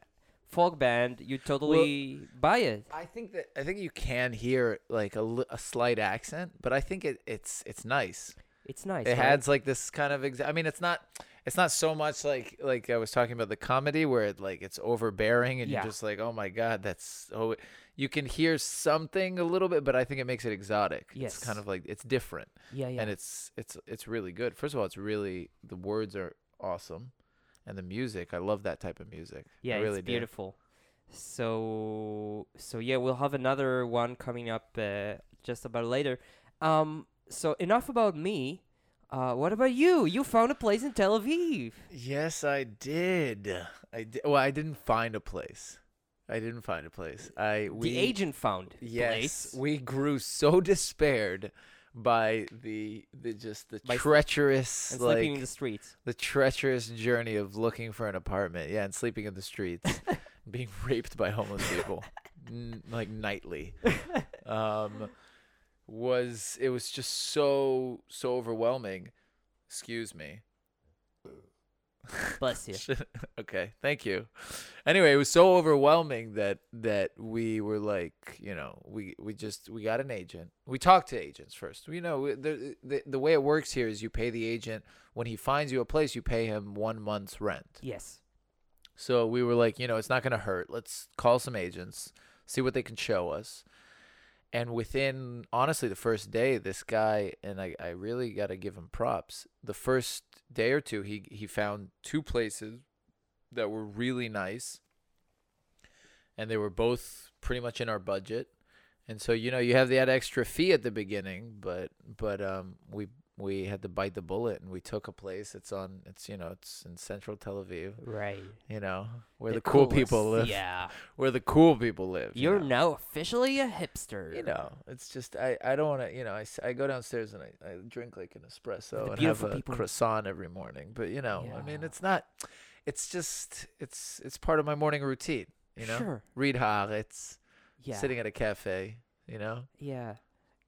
[SPEAKER 3] folk band, you totally buy it.
[SPEAKER 2] I think that I think you can hear like a, li- a slight accent, but I think it, it's it's nice.
[SPEAKER 3] It's nice.
[SPEAKER 2] it
[SPEAKER 3] right?
[SPEAKER 2] has like this kind of exa- I mean it's not it's not so much like like I was talking about the comedy where it like it's overbearing and
[SPEAKER 3] Yeah.
[SPEAKER 2] you're just like oh my god that's oh you can hear something a little bit but I think it makes it exotic it's
[SPEAKER 3] Yes.
[SPEAKER 2] kind of like it's different
[SPEAKER 3] Yeah, yeah.
[SPEAKER 2] and it's it's it's really good first of all it's really the words are awesome and the music I love that type of music
[SPEAKER 3] yeah,
[SPEAKER 2] I really
[SPEAKER 3] it's
[SPEAKER 2] do.
[SPEAKER 3] beautiful. So, so yeah, we'll have another one coming up uh, just about later. Um, so enough about me. Uh, what about you? You found a place in Tel Aviv.
[SPEAKER 2] Yes, I did. I did. Well, I didn't find a place. I didn't find a place. I we
[SPEAKER 3] the agent found. a
[SPEAKER 2] Yes,
[SPEAKER 3] place.
[SPEAKER 2] we grew so despaired by the the just the
[SPEAKER 3] By sl-
[SPEAKER 2] treacherous
[SPEAKER 3] and
[SPEAKER 2] like
[SPEAKER 3] sleeping in the streets.
[SPEAKER 2] the treacherous journey of looking for an apartment. Yeah, and sleeping in the streets, being raped by homeless people, n- like nightly. Um, was it was just so so overwhelming. Excuse me.
[SPEAKER 3] Bless you.
[SPEAKER 2] Shit. okay, thank you. Anyway, it was so overwhelming that that we were like, you know, we we just we got an agent. We talked to agents first. You know, the the, the way it works here is you pay the agent when he finds you a place, you pay him one month's rent.
[SPEAKER 3] Yes.
[SPEAKER 2] So we were like, you know, it's not going to hurt. Let's call some agents, see what they can show us. And within, honestly, the first day, this guy, and I, I really got to give him props. The first day or two, he, he found two places that were really nice. And they were both pretty much in our budget. And so, you know, you have that extra fee at the beginning, but, but, um, we, we had to bite the bullet and we took a place. It's on, it's, you know, it's in central Tel Aviv
[SPEAKER 3] Right.
[SPEAKER 2] you know, where the, cool people live.
[SPEAKER 3] Yeah.
[SPEAKER 2] Where the cool people live. you
[SPEAKER 3] You're
[SPEAKER 2] know?
[SPEAKER 3] now officially a hipster.
[SPEAKER 2] You know, it's just I, I don't want to. You know, I, s- I go downstairs and I, I drink like an espresso and have
[SPEAKER 3] beautiful
[SPEAKER 2] a
[SPEAKER 3] people.
[SPEAKER 2] croissant every morning. But you know, I mean,
[SPEAKER 3] Yeah.
[SPEAKER 2] it's not. It's just it's it's part of my morning routine. You know,
[SPEAKER 3] Sure.
[SPEAKER 2] read Haaretz,
[SPEAKER 3] Yeah.
[SPEAKER 2] sitting at a cafe. You know,
[SPEAKER 3] Yeah.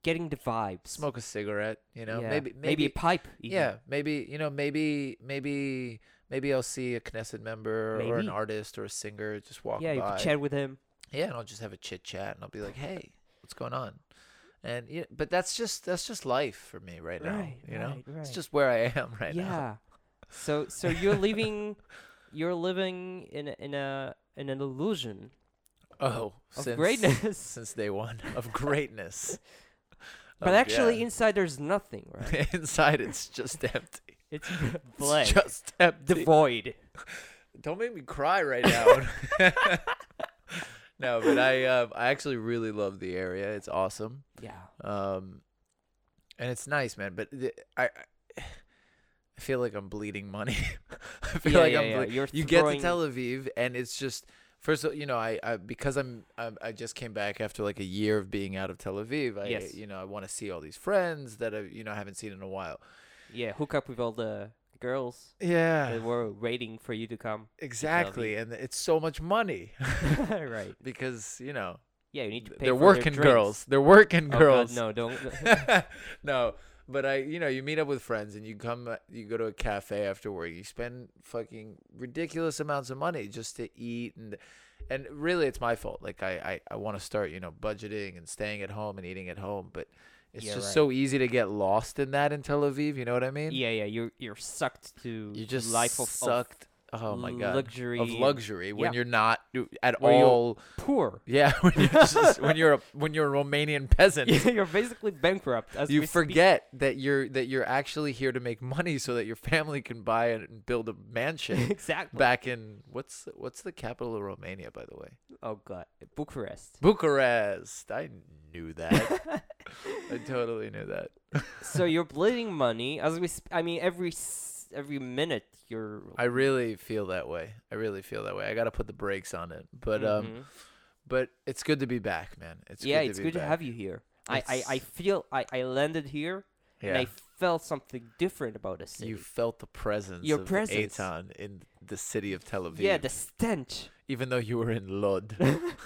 [SPEAKER 3] Getting the vibes.
[SPEAKER 2] smoke a cigarette. You know,
[SPEAKER 3] Yeah.
[SPEAKER 2] maybe
[SPEAKER 3] maybe a pipe. even.
[SPEAKER 2] Yeah, maybe you know, maybe maybe maybe I'll see a Knesset member or an
[SPEAKER 3] Maybe.
[SPEAKER 2] artist or a singer just walk by.
[SPEAKER 3] Yeah. You could chat with him.
[SPEAKER 2] yeah and i'll just have a chit chat and i'll be like hey what's going on and yeah, but that's just that's just life for me right now
[SPEAKER 3] Right,
[SPEAKER 2] you know
[SPEAKER 3] right,
[SPEAKER 2] it's
[SPEAKER 3] right.
[SPEAKER 2] just where i am right
[SPEAKER 3] yeah.
[SPEAKER 2] now
[SPEAKER 3] So so you're living, you're living in a, in a in an illusion
[SPEAKER 2] oh
[SPEAKER 3] of
[SPEAKER 2] since,
[SPEAKER 3] greatness,
[SPEAKER 2] since day one of greatness
[SPEAKER 3] but
[SPEAKER 2] Of-
[SPEAKER 3] actually
[SPEAKER 2] yeah.
[SPEAKER 3] inside there's nothing. Right.
[SPEAKER 2] inside it's just empty
[SPEAKER 3] It's blank.
[SPEAKER 2] it's just empty
[SPEAKER 3] the void.
[SPEAKER 2] don't make me cry right now no but i um, i actually really love the area it's awesome
[SPEAKER 3] Yeah.
[SPEAKER 2] Um, and it's nice, man. But the, I, I I feel like I'm bleeding money. I feel
[SPEAKER 3] Yeah,
[SPEAKER 2] like
[SPEAKER 3] yeah,
[SPEAKER 2] I'm.
[SPEAKER 3] yeah.
[SPEAKER 2] bleeding.
[SPEAKER 3] You're
[SPEAKER 2] you get to
[SPEAKER 3] throwing-
[SPEAKER 2] Tel Aviv, and it's just first. of all, You know, I, I because I'm, I'm I just came back after like a year of being out of Tel Aviv. I,
[SPEAKER 3] Yes.
[SPEAKER 2] You know, I want to see all these friends that I you know haven't seen in a while.
[SPEAKER 3] Yeah. Hook up with all the girls
[SPEAKER 2] Yeah.
[SPEAKER 3] that were waiting for you to come.
[SPEAKER 2] Exactly, and it's so much money
[SPEAKER 3] right.
[SPEAKER 2] because you know
[SPEAKER 3] Yeah. You need to pay.
[SPEAKER 2] they're
[SPEAKER 3] for their
[SPEAKER 2] working
[SPEAKER 3] drinks.
[SPEAKER 2] girls. They're working
[SPEAKER 3] Oh, God,
[SPEAKER 2] girls.
[SPEAKER 3] no, don't.
[SPEAKER 2] no, but I, you know, you meet up with friends and you come, uh, you go to a cafe after work. You spend fucking ridiculous amounts of money just to eat and, and really, it's my fault. Like I, I, I want to start, you know, budgeting and staying at home and eating at home, but it's
[SPEAKER 3] Yeah,
[SPEAKER 2] just
[SPEAKER 3] right.
[SPEAKER 2] so easy to get lost in that in Tel Aviv. You know what I mean?
[SPEAKER 3] Yeah, yeah, you're you're sucked to
[SPEAKER 2] You just
[SPEAKER 3] life of of
[SPEAKER 2] sucked. oh my god,
[SPEAKER 3] luxury
[SPEAKER 2] of
[SPEAKER 3] and-
[SPEAKER 2] luxury when
[SPEAKER 3] yeah.
[SPEAKER 2] you're not at
[SPEAKER 3] Where you're-
[SPEAKER 2] all.
[SPEAKER 3] poor.
[SPEAKER 2] Yeah, when you're just, when you're a when you're a Romanian peasant.
[SPEAKER 3] you're basically bankrupt. As
[SPEAKER 2] you
[SPEAKER 3] we speak.
[SPEAKER 2] forget that you're that you're actually here to make money so that your family can buy it and build a mansion
[SPEAKER 3] exactly.
[SPEAKER 2] back in what's what's the capital of Romania by the way
[SPEAKER 3] Oh god, Bucharest.
[SPEAKER 2] Bucharest I knew that I totally knew that
[SPEAKER 3] so you're bleeding money as we. Sp- I mean, every s- every minute you're.
[SPEAKER 2] I really feel that way I really feel that way I got to put the brakes on it but um
[SPEAKER 3] Mhm.
[SPEAKER 2] but it's good to be back man it's
[SPEAKER 3] yeah,
[SPEAKER 2] good
[SPEAKER 3] it's
[SPEAKER 2] to be
[SPEAKER 3] good to
[SPEAKER 2] back.
[SPEAKER 3] have you here. I, I I
[SPEAKER 2] It's-
[SPEAKER 3] feel I I landed here
[SPEAKER 2] yeah
[SPEAKER 3] and I felt something different about the city.
[SPEAKER 2] You felt the presence
[SPEAKER 3] Your
[SPEAKER 2] of
[SPEAKER 3] presence.
[SPEAKER 2] Eitan in the city of Tel Aviv.
[SPEAKER 3] yeah, the stench
[SPEAKER 2] even though you were in Lod.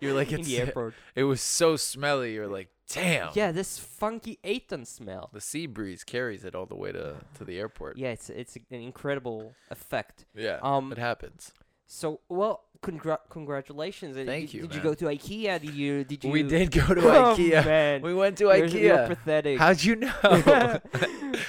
[SPEAKER 2] You're like
[SPEAKER 3] in
[SPEAKER 2] it's
[SPEAKER 3] the airport.
[SPEAKER 2] it was so smelly. You're like, damn.
[SPEAKER 3] Yeah, this funky Aton smell.
[SPEAKER 2] The sea breeze carries it all the way to, to the airport.
[SPEAKER 3] Yeah, it's it's an incredible effect.
[SPEAKER 2] Yeah.
[SPEAKER 3] Um,
[SPEAKER 2] it happens.
[SPEAKER 3] So, well, congra- congratulations. Uh,
[SPEAKER 2] Thank
[SPEAKER 3] did,
[SPEAKER 2] you,
[SPEAKER 3] Did you go
[SPEAKER 2] man.
[SPEAKER 3] to IKEA? Did you? Did you?
[SPEAKER 2] We did go to
[SPEAKER 3] Oh,
[SPEAKER 2] IKEA.
[SPEAKER 3] man.
[SPEAKER 2] We went to
[SPEAKER 3] You're-
[SPEAKER 2] IKEA.
[SPEAKER 3] You're pathetic.
[SPEAKER 2] How'd you know?
[SPEAKER 3] I-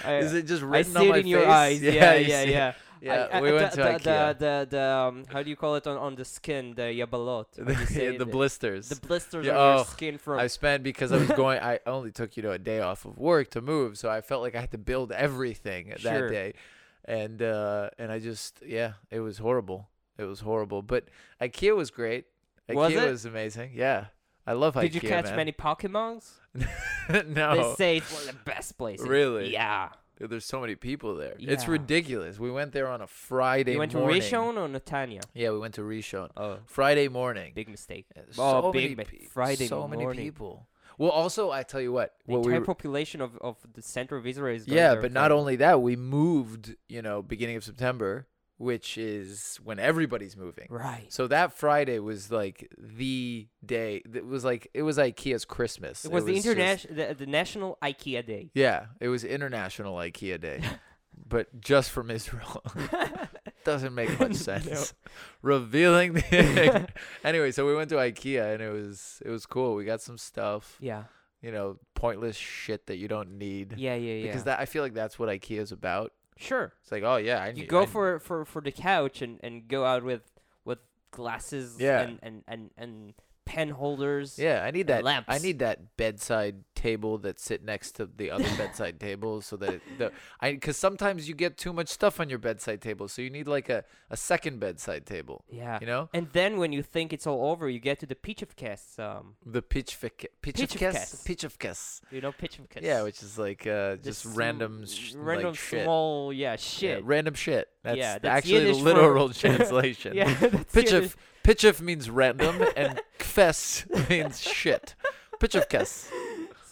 [SPEAKER 2] Is it just
[SPEAKER 3] I
[SPEAKER 2] written
[SPEAKER 3] see
[SPEAKER 2] on
[SPEAKER 3] it
[SPEAKER 2] my
[SPEAKER 3] in your
[SPEAKER 2] face?
[SPEAKER 3] eyes. Yeah,
[SPEAKER 2] you
[SPEAKER 3] yeah,
[SPEAKER 2] see it.
[SPEAKER 3] yeah.
[SPEAKER 2] Yeah,
[SPEAKER 3] I- I-
[SPEAKER 2] we
[SPEAKER 3] the-
[SPEAKER 2] went to
[SPEAKER 3] the,
[SPEAKER 2] IKEA.
[SPEAKER 3] The, the, the, um, how do you call it on, on the skin? The yabalot. how do you
[SPEAKER 2] The,
[SPEAKER 3] say
[SPEAKER 2] yeah, the
[SPEAKER 3] it?
[SPEAKER 2] blisters.
[SPEAKER 3] The blisters
[SPEAKER 2] Yeah,
[SPEAKER 3] on
[SPEAKER 2] oh,
[SPEAKER 3] your skin from.
[SPEAKER 2] I spent because I was going. I only took you know a day off of work to move, so I felt like I had to build everything
[SPEAKER 3] Sure.
[SPEAKER 2] that day, and uh, and I just yeah, it was horrible. It was horrible, but IKEA was great. IKEA
[SPEAKER 3] Was it?
[SPEAKER 2] amazing. Yeah, I love IKEA.
[SPEAKER 3] did you catch
[SPEAKER 2] man.
[SPEAKER 3] many Pokemons? They
[SPEAKER 2] no,
[SPEAKER 3] say it's one of the best places.
[SPEAKER 2] Really?
[SPEAKER 3] Yeah.
[SPEAKER 2] Dude, there's so many people there. It's
[SPEAKER 3] Yeah.
[SPEAKER 2] ridiculous. We went there on a Friday.
[SPEAKER 3] you went
[SPEAKER 2] morning.
[SPEAKER 3] to Rishon or Netanya?
[SPEAKER 2] Yeah, we went to Rishon.
[SPEAKER 3] Oh,
[SPEAKER 2] Friday morning.
[SPEAKER 3] big mistake.
[SPEAKER 2] Yeah,
[SPEAKER 3] oh,
[SPEAKER 2] so
[SPEAKER 3] big
[SPEAKER 2] many
[SPEAKER 3] mi-
[SPEAKER 2] peop-
[SPEAKER 3] Friday
[SPEAKER 2] so
[SPEAKER 3] morning.
[SPEAKER 2] many people. Well, also I tell you what,
[SPEAKER 3] The
[SPEAKER 2] what we
[SPEAKER 3] entire
[SPEAKER 2] were-
[SPEAKER 3] population of, of the center of Israel is going
[SPEAKER 2] yeah,
[SPEAKER 3] there
[SPEAKER 2] but
[SPEAKER 3] for-
[SPEAKER 2] not only that, we moved. You know, beginning of September, which is when everybody's moving.
[SPEAKER 3] Right.
[SPEAKER 2] So that Friday was like the day. It was like it was IKEA's Christmas.
[SPEAKER 3] it was, the
[SPEAKER 2] just-
[SPEAKER 3] international, the, the national IKEA day.
[SPEAKER 2] yeah, it was International IKEA Day, but just from Israel. Doesn't make much sense. Revealing the. anyway, so we went to IKEA and it was it was cool. We got some stuff.
[SPEAKER 3] Yeah.
[SPEAKER 2] you know, pointless shit that you don't need.
[SPEAKER 3] Yeah, yeah, yeah.
[SPEAKER 2] Because that I feel like that's what IKEA is about.
[SPEAKER 3] sure.
[SPEAKER 2] It's like, oh yeah, I
[SPEAKER 3] You
[SPEAKER 2] need-
[SPEAKER 3] go
[SPEAKER 2] I-
[SPEAKER 3] for, for, for the couch and, and go out with with glasses
[SPEAKER 2] Yeah.
[SPEAKER 3] and, and, and, and pen holders.
[SPEAKER 2] yeah, I need that. I
[SPEAKER 3] lamps.
[SPEAKER 2] need that bedside table that sit next to the other bedside table so that it, the I because sometimes you get too much stuff on your bedside table, so you need like a a second bedside table.
[SPEAKER 3] Yeah.
[SPEAKER 2] you know
[SPEAKER 3] And then when you think it's all over, you get to the pitch of cast. Um,
[SPEAKER 2] the pitch fic- pitch of kiss
[SPEAKER 3] Pitchfkes.
[SPEAKER 2] pitch of kiss.
[SPEAKER 3] you know, pitch of cast.
[SPEAKER 2] Yeah, which is like uh,
[SPEAKER 3] This
[SPEAKER 2] just
[SPEAKER 3] sm-
[SPEAKER 2] random sh-
[SPEAKER 3] random
[SPEAKER 2] like shit.
[SPEAKER 3] small, yeah,
[SPEAKER 2] Yeah,
[SPEAKER 3] shit.
[SPEAKER 2] random shit. That's,
[SPEAKER 3] Yeah,
[SPEAKER 2] the-
[SPEAKER 3] that's
[SPEAKER 2] actually
[SPEAKER 3] Yiddish
[SPEAKER 2] the
[SPEAKER 3] for-
[SPEAKER 2] literal translation.
[SPEAKER 3] Yeah, that's
[SPEAKER 2] Pichif,
[SPEAKER 3] Yiddish.
[SPEAKER 2] pichif means random, and kfes means shit. Pichifkes.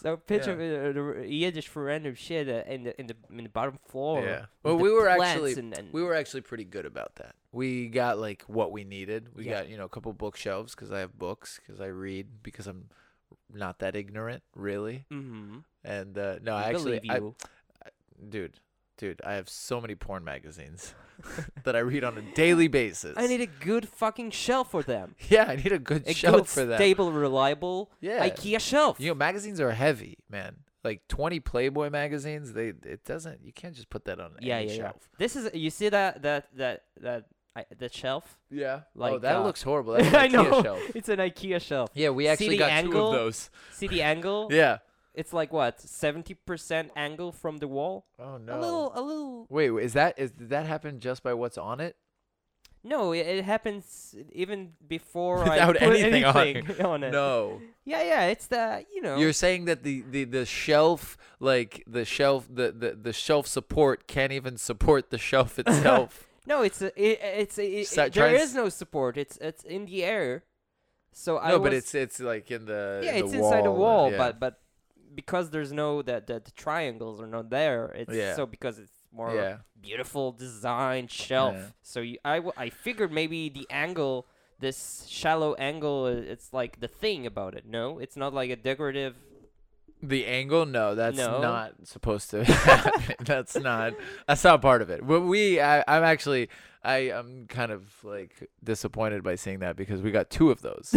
[SPEAKER 3] So pitch
[SPEAKER 2] Yeah.
[SPEAKER 3] of uh, the r- Yiddish for random shit uh, in the in the in the bottom floor.
[SPEAKER 2] Yeah.
[SPEAKER 3] with
[SPEAKER 2] Well,
[SPEAKER 3] the
[SPEAKER 2] we were
[SPEAKER 3] plants
[SPEAKER 2] actually
[SPEAKER 3] and, and
[SPEAKER 2] we were actually pretty good about that. We got like what we needed. We
[SPEAKER 3] Yeah.
[SPEAKER 2] got you know a couple bookshelves because I have books because I read because I'm not that ignorant really.
[SPEAKER 3] Mm-hmm.
[SPEAKER 2] And uh, no, I
[SPEAKER 3] I
[SPEAKER 2] actually,
[SPEAKER 3] believe
[SPEAKER 2] I,
[SPEAKER 3] you.
[SPEAKER 2] dude, dude, I have so many porn magazines that I read on a daily basis.
[SPEAKER 3] I need a good fucking shelf for them.
[SPEAKER 2] yeah, I need a good
[SPEAKER 3] A
[SPEAKER 2] shelf
[SPEAKER 3] good,
[SPEAKER 2] for that.
[SPEAKER 3] stable, reliable
[SPEAKER 2] Yeah.
[SPEAKER 3] IKEA shelf.
[SPEAKER 2] You know, magazines are heavy, man. Like twenty Playboy magazines, they it doesn't. You can't just put that on
[SPEAKER 3] yeah,
[SPEAKER 2] any
[SPEAKER 3] yeah, yeah.
[SPEAKER 2] shelf.
[SPEAKER 3] This is you see that that that that I, the shelf.
[SPEAKER 2] Yeah. oh,
[SPEAKER 3] Like,
[SPEAKER 2] that
[SPEAKER 3] uh,
[SPEAKER 2] looks horrible. That's an
[SPEAKER 3] I
[SPEAKER 2] IKEA
[SPEAKER 3] know
[SPEAKER 2] Shelf.
[SPEAKER 3] it's an IKEA shelf.
[SPEAKER 2] Yeah, we actually
[SPEAKER 3] See the
[SPEAKER 2] got two
[SPEAKER 3] angle?
[SPEAKER 2] of those.
[SPEAKER 3] See the angle?
[SPEAKER 2] Yeah.
[SPEAKER 3] It's like what seventy percent angle from the wall.
[SPEAKER 2] Oh no.
[SPEAKER 3] A little, a little.
[SPEAKER 2] Wait, wait, is that is did that happen just by what's on it?
[SPEAKER 3] No, it, it happens even before
[SPEAKER 2] Without
[SPEAKER 3] I put
[SPEAKER 2] anything on
[SPEAKER 3] anything on, it.
[SPEAKER 2] No.
[SPEAKER 3] Yeah, yeah. It's the you know.
[SPEAKER 2] You're saying that the, the, the shelf like the shelf the, the, the shelf support can't even support the shelf itself.
[SPEAKER 3] No, it's a, it, it's a, it,
[SPEAKER 2] So-
[SPEAKER 3] it- there
[SPEAKER 2] trans-
[SPEAKER 3] is no support. It's it's in the air. So I
[SPEAKER 2] no, but
[SPEAKER 3] was-
[SPEAKER 2] it's it's like in the
[SPEAKER 3] yeah,
[SPEAKER 2] in the
[SPEAKER 3] it's inside the
[SPEAKER 2] and-
[SPEAKER 3] wall,
[SPEAKER 2] yeah.
[SPEAKER 3] but but because there's no that the, the triangles are not there. It's
[SPEAKER 2] Yeah.
[SPEAKER 3] so because it's more of a
[SPEAKER 2] Yeah.
[SPEAKER 3] beautiful design shelf.
[SPEAKER 2] Yeah.
[SPEAKER 3] So you, I w- I figured maybe the angle this shallow angle i- it's like the thing about it. No, it's not like a decorative.
[SPEAKER 2] The angle? No, that's
[SPEAKER 3] No.
[SPEAKER 2] not supposed to. happen. that's not. That's not part of it. But we, I, I'm actually, I am kind of like disappointed by seeing that because we got two of those,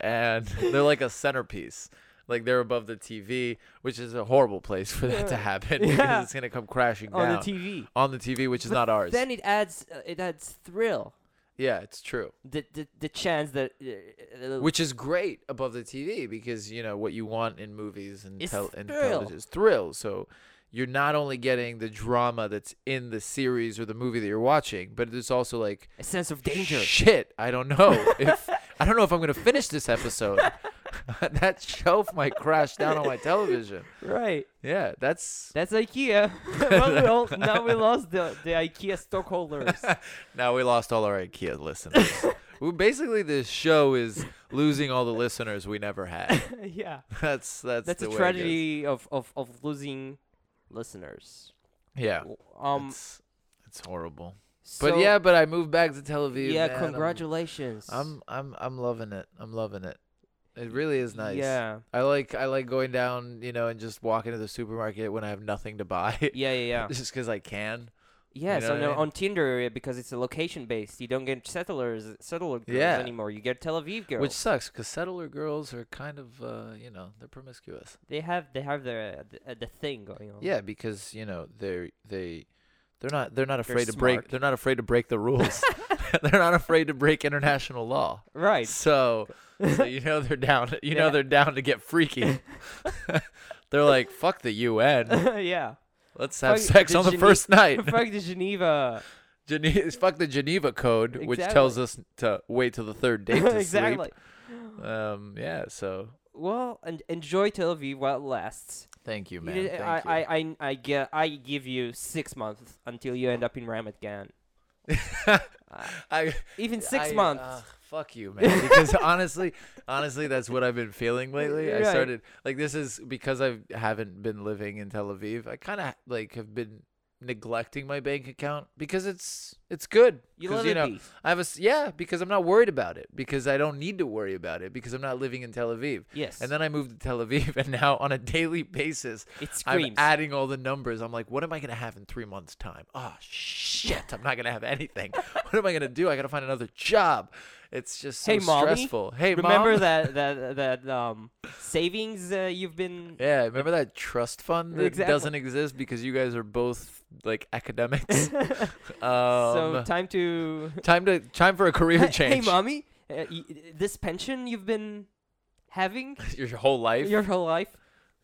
[SPEAKER 2] and they're like a centerpiece. Like they're above the TV, which is a horrible place for that to happen
[SPEAKER 3] Yeah.
[SPEAKER 2] because it's gonna come crashing
[SPEAKER 3] On the
[SPEAKER 2] down
[SPEAKER 3] TV.
[SPEAKER 2] on the TV, which is
[SPEAKER 3] But
[SPEAKER 2] not ours.
[SPEAKER 3] Then it adds uh, it adds thrill.
[SPEAKER 2] yeah, it's true.
[SPEAKER 3] The the, the chance that uh,
[SPEAKER 2] Which is great above the TV because you know what you want in movies and,
[SPEAKER 3] It's
[SPEAKER 2] tel- and
[SPEAKER 3] thrill.
[SPEAKER 2] television is thrill. So you're not only getting the drama that's in the series or the movie that you're watching, but it's also like
[SPEAKER 3] a sense of danger.
[SPEAKER 2] Shit, I don't know if I don't know if I'm gonna finish this episode. that shelf might crash down on my television.
[SPEAKER 3] Right.
[SPEAKER 2] Yeah, that's
[SPEAKER 3] That's IKEA. well, we all, now we lost the, the IKEA stockholders.
[SPEAKER 2] now we lost all our IKEA listeners. Well, Basically, this show is losing all the listeners we never had.
[SPEAKER 3] yeah.
[SPEAKER 2] That's that's
[SPEAKER 3] That's
[SPEAKER 2] the
[SPEAKER 3] a
[SPEAKER 2] way it goes.
[SPEAKER 3] tragedy of, of, of losing listeners.
[SPEAKER 2] Yeah.
[SPEAKER 3] Um,
[SPEAKER 2] it's, it's horrible. But yeah,
[SPEAKER 3] so-
[SPEAKER 2] but I moved back to Tel Aviv.
[SPEAKER 3] yeah,
[SPEAKER 2] man. I'm-
[SPEAKER 3] congratulations.
[SPEAKER 2] I'm I'm I'm loving it. I'm loving it. It really is nice.
[SPEAKER 3] Yeah,
[SPEAKER 2] I like I like going down, you know, and just walking to the supermarket when I have nothing to buy.
[SPEAKER 3] yeah, yeah, yeah.
[SPEAKER 2] just because I can.
[SPEAKER 3] Yeah,
[SPEAKER 2] know
[SPEAKER 3] so
[SPEAKER 2] what I
[SPEAKER 3] now
[SPEAKER 2] mean?
[SPEAKER 3] on Tinder uh, because it's a location based, you don't get settlers settler girls
[SPEAKER 2] Yeah.
[SPEAKER 3] anymore. You get Tel Aviv girls.
[SPEAKER 2] Which sucks because settler girls are kind of, uh, you know, they're promiscuous.
[SPEAKER 3] they have they have the the, the thing going on.
[SPEAKER 2] Yeah, because you know they they they're not they're not afraid to
[SPEAKER 3] smart.
[SPEAKER 2] break they're not afraid to break the rules. they're not afraid to break international law.
[SPEAKER 3] Right.
[SPEAKER 2] So, so you know they're down. You know
[SPEAKER 3] Yeah.
[SPEAKER 2] they're down to get freaky. they're like, fuck the UN.
[SPEAKER 3] yeah.
[SPEAKER 2] Let's have
[SPEAKER 3] Fuck
[SPEAKER 2] sex
[SPEAKER 3] the
[SPEAKER 2] on the
[SPEAKER 3] Gene-
[SPEAKER 2] first night.
[SPEAKER 3] Fuck the Geneva.
[SPEAKER 2] Geneva, fuck the Geneva Code, which tells us to wait till the third date to
[SPEAKER 3] exactly.
[SPEAKER 2] sleep. Um, yeah. So
[SPEAKER 3] Well, and enjoy Tel Aviv while it lasts.
[SPEAKER 2] thank you,
[SPEAKER 3] You
[SPEAKER 2] man.
[SPEAKER 3] did-
[SPEAKER 2] Thank
[SPEAKER 3] I,
[SPEAKER 2] you.
[SPEAKER 3] I, I, I, get, I give you six months until you end up in Ram again.
[SPEAKER 2] I, uh,
[SPEAKER 3] Even six
[SPEAKER 2] I-
[SPEAKER 3] months.
[SPEAKER 2] ugh, fuck you, man. Because honestly, honestly, that's what I've been feeling lately. I
[SPEAKER 3] Right.
[SPEAKER 2] started like this is because I haven't been living in Tel Aviv. I kind of like have been neglecting my bank account because it's it's good.
[SPEAKER 3] You
[SPEAKER 2] 'Cause,
[SPEAKER 3] let it
[SPEAKER 2] know,
[SPEAKER 3] be.
[SPEAKER 2] I have a s- yeah because I'm not worried about it because I don't need to worry about it because I'm not living in Tel Aviv.
[SPEAKER 3] Yes.
[SPEAKER 2] And then I moved to Tel Aviv, and now on a daily basis,
[SPEAKER 3] It
[SPEAKER 2] I'm
[SPEAKER 3] screams.
[SPEAKER 2] adding all the numbers. I'm like, what am I gonna have in three months' time? Oh shit, I'm not gonna have anything. what am I gonna do? I gotta find another job. It's just so
[SPEAKER 3] hey, mommy.
[SPEAKER 2] stressful. Hey,
[SPEAKER 3] remember
[SPEAKER 2] Mom?
[SPEAKER 3] that that that um savings uh, you've been
[SPEAKER 2] Yeah, remember that trust fund that
[SPEAKER 3] Exactly.
[SPEAKER 2] doesn't exist because you guys are both like academics. um,
[SPEAKER 3] so time to
[SPEAKER 2] time Um, to time for a career change.
[SPEAKER 3] Hey, mommy, uh, y- this pension you've been having
[SPEAKER 2] Your whole life.
[SPEAKER 3] your whole life.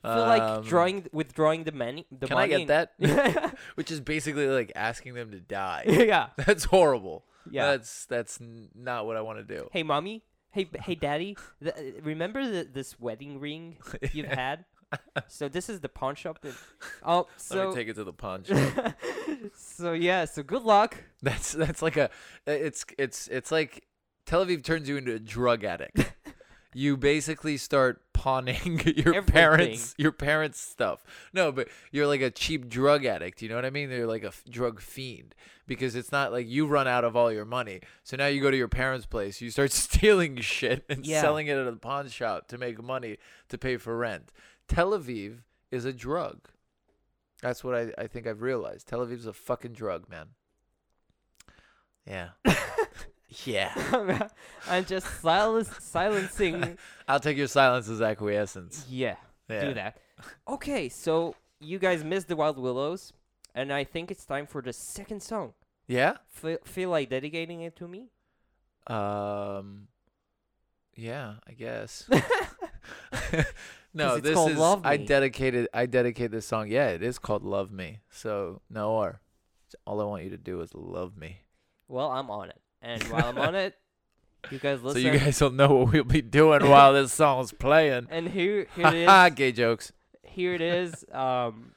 [SPEAKER 3] I feel
[SPEAKER 2] Um,
[SPEAKER 3] like drawing withdrawing the money. The
[SPEAKER 2] Can I
[SPEAKER 3] money
[SPEAKER 2] get that?
[SPEAKER 3] that?
[SPEAKER 2] Which is basically like asking them to die.
[SPEAKER 3] yeah,
[SPEAKER 2] That's horrible.
[SPEAKER 3] yeah.
[SPEAKER 2] That's that's n- not what I want to do.
[SPEAKER 3] hey, mommy. Hey, b- hey, daddy. Th- uh, remember the, this wedding ring you've had? So this is the pawn shop. That, oh,
[SPEAKER 2] Let
[SPEAKER 3] so
[SPEAKER 2] me take it to the punch. shop.
[SPEAKER 3] so yeah. So good luck.
[SPEAKER 2] that's that's like a it's it's it's like Tel Aviv turns you into a drug addict. you basically start pawning your parents your parents stuff. No, but you're like a cheap drug addict, you know what I mean? You're like a f- drug fiend because it's not like you run out of all your money. So now you go to your parents' place, you start stealing shit and
[SPEAKER 3] Yeah.
[SPEAKER 2] selling it at a pawn shop to make money to pay for rent. Tel Aviv is a drug. That's what I, I think I've realized. Tel Aviv's a fucking drug, man. Yeah. yeah.
[SPEAKER 3] I'm just silen- silencing.
[SPEAKER 2] I'll take your silence as acquiescence.
[SPEAKER 3] Yeah,
[SPEAKER 2] Yeah.
[SPEAKER 3] do that. Okay, so you guys missed the Wild Willows, and I think it's time for the second song.
[SPEAKER 2] Yeah?
[SPEAKER 3] Fe- feel like dedicating it to me?
[SPEAKER 2] Um Yeah, I guess.
[SPEAKER 3] 'Cause
[SPEAKER 2] no,
[SPEAKER 3] it's
[SPEAKER 2] this
[SPEAKER 3] called
[SPEAKER 2] is
[SPEAKER 3] Love
[SPEAKER 2] I
[SPEAKER 3] Me.
[SPEAKER 2] dedicated I dedicate this song. Yeah, it is called Love Me. So Noor. All I want you to do is love me.
[SPEAKER 3] Well, I'm on it, and while I'm on it, you guys listen.
[SPEAKER 2] So you guys will know what we'll be doing while this song's playing.
[SPEAKER 3] and here, here it
[SPEAKER 2] Ha
[SPEAKER 3] is.
[SPEAKER 2] gay jokes.
[SPEAKER 3] Here it is. Um,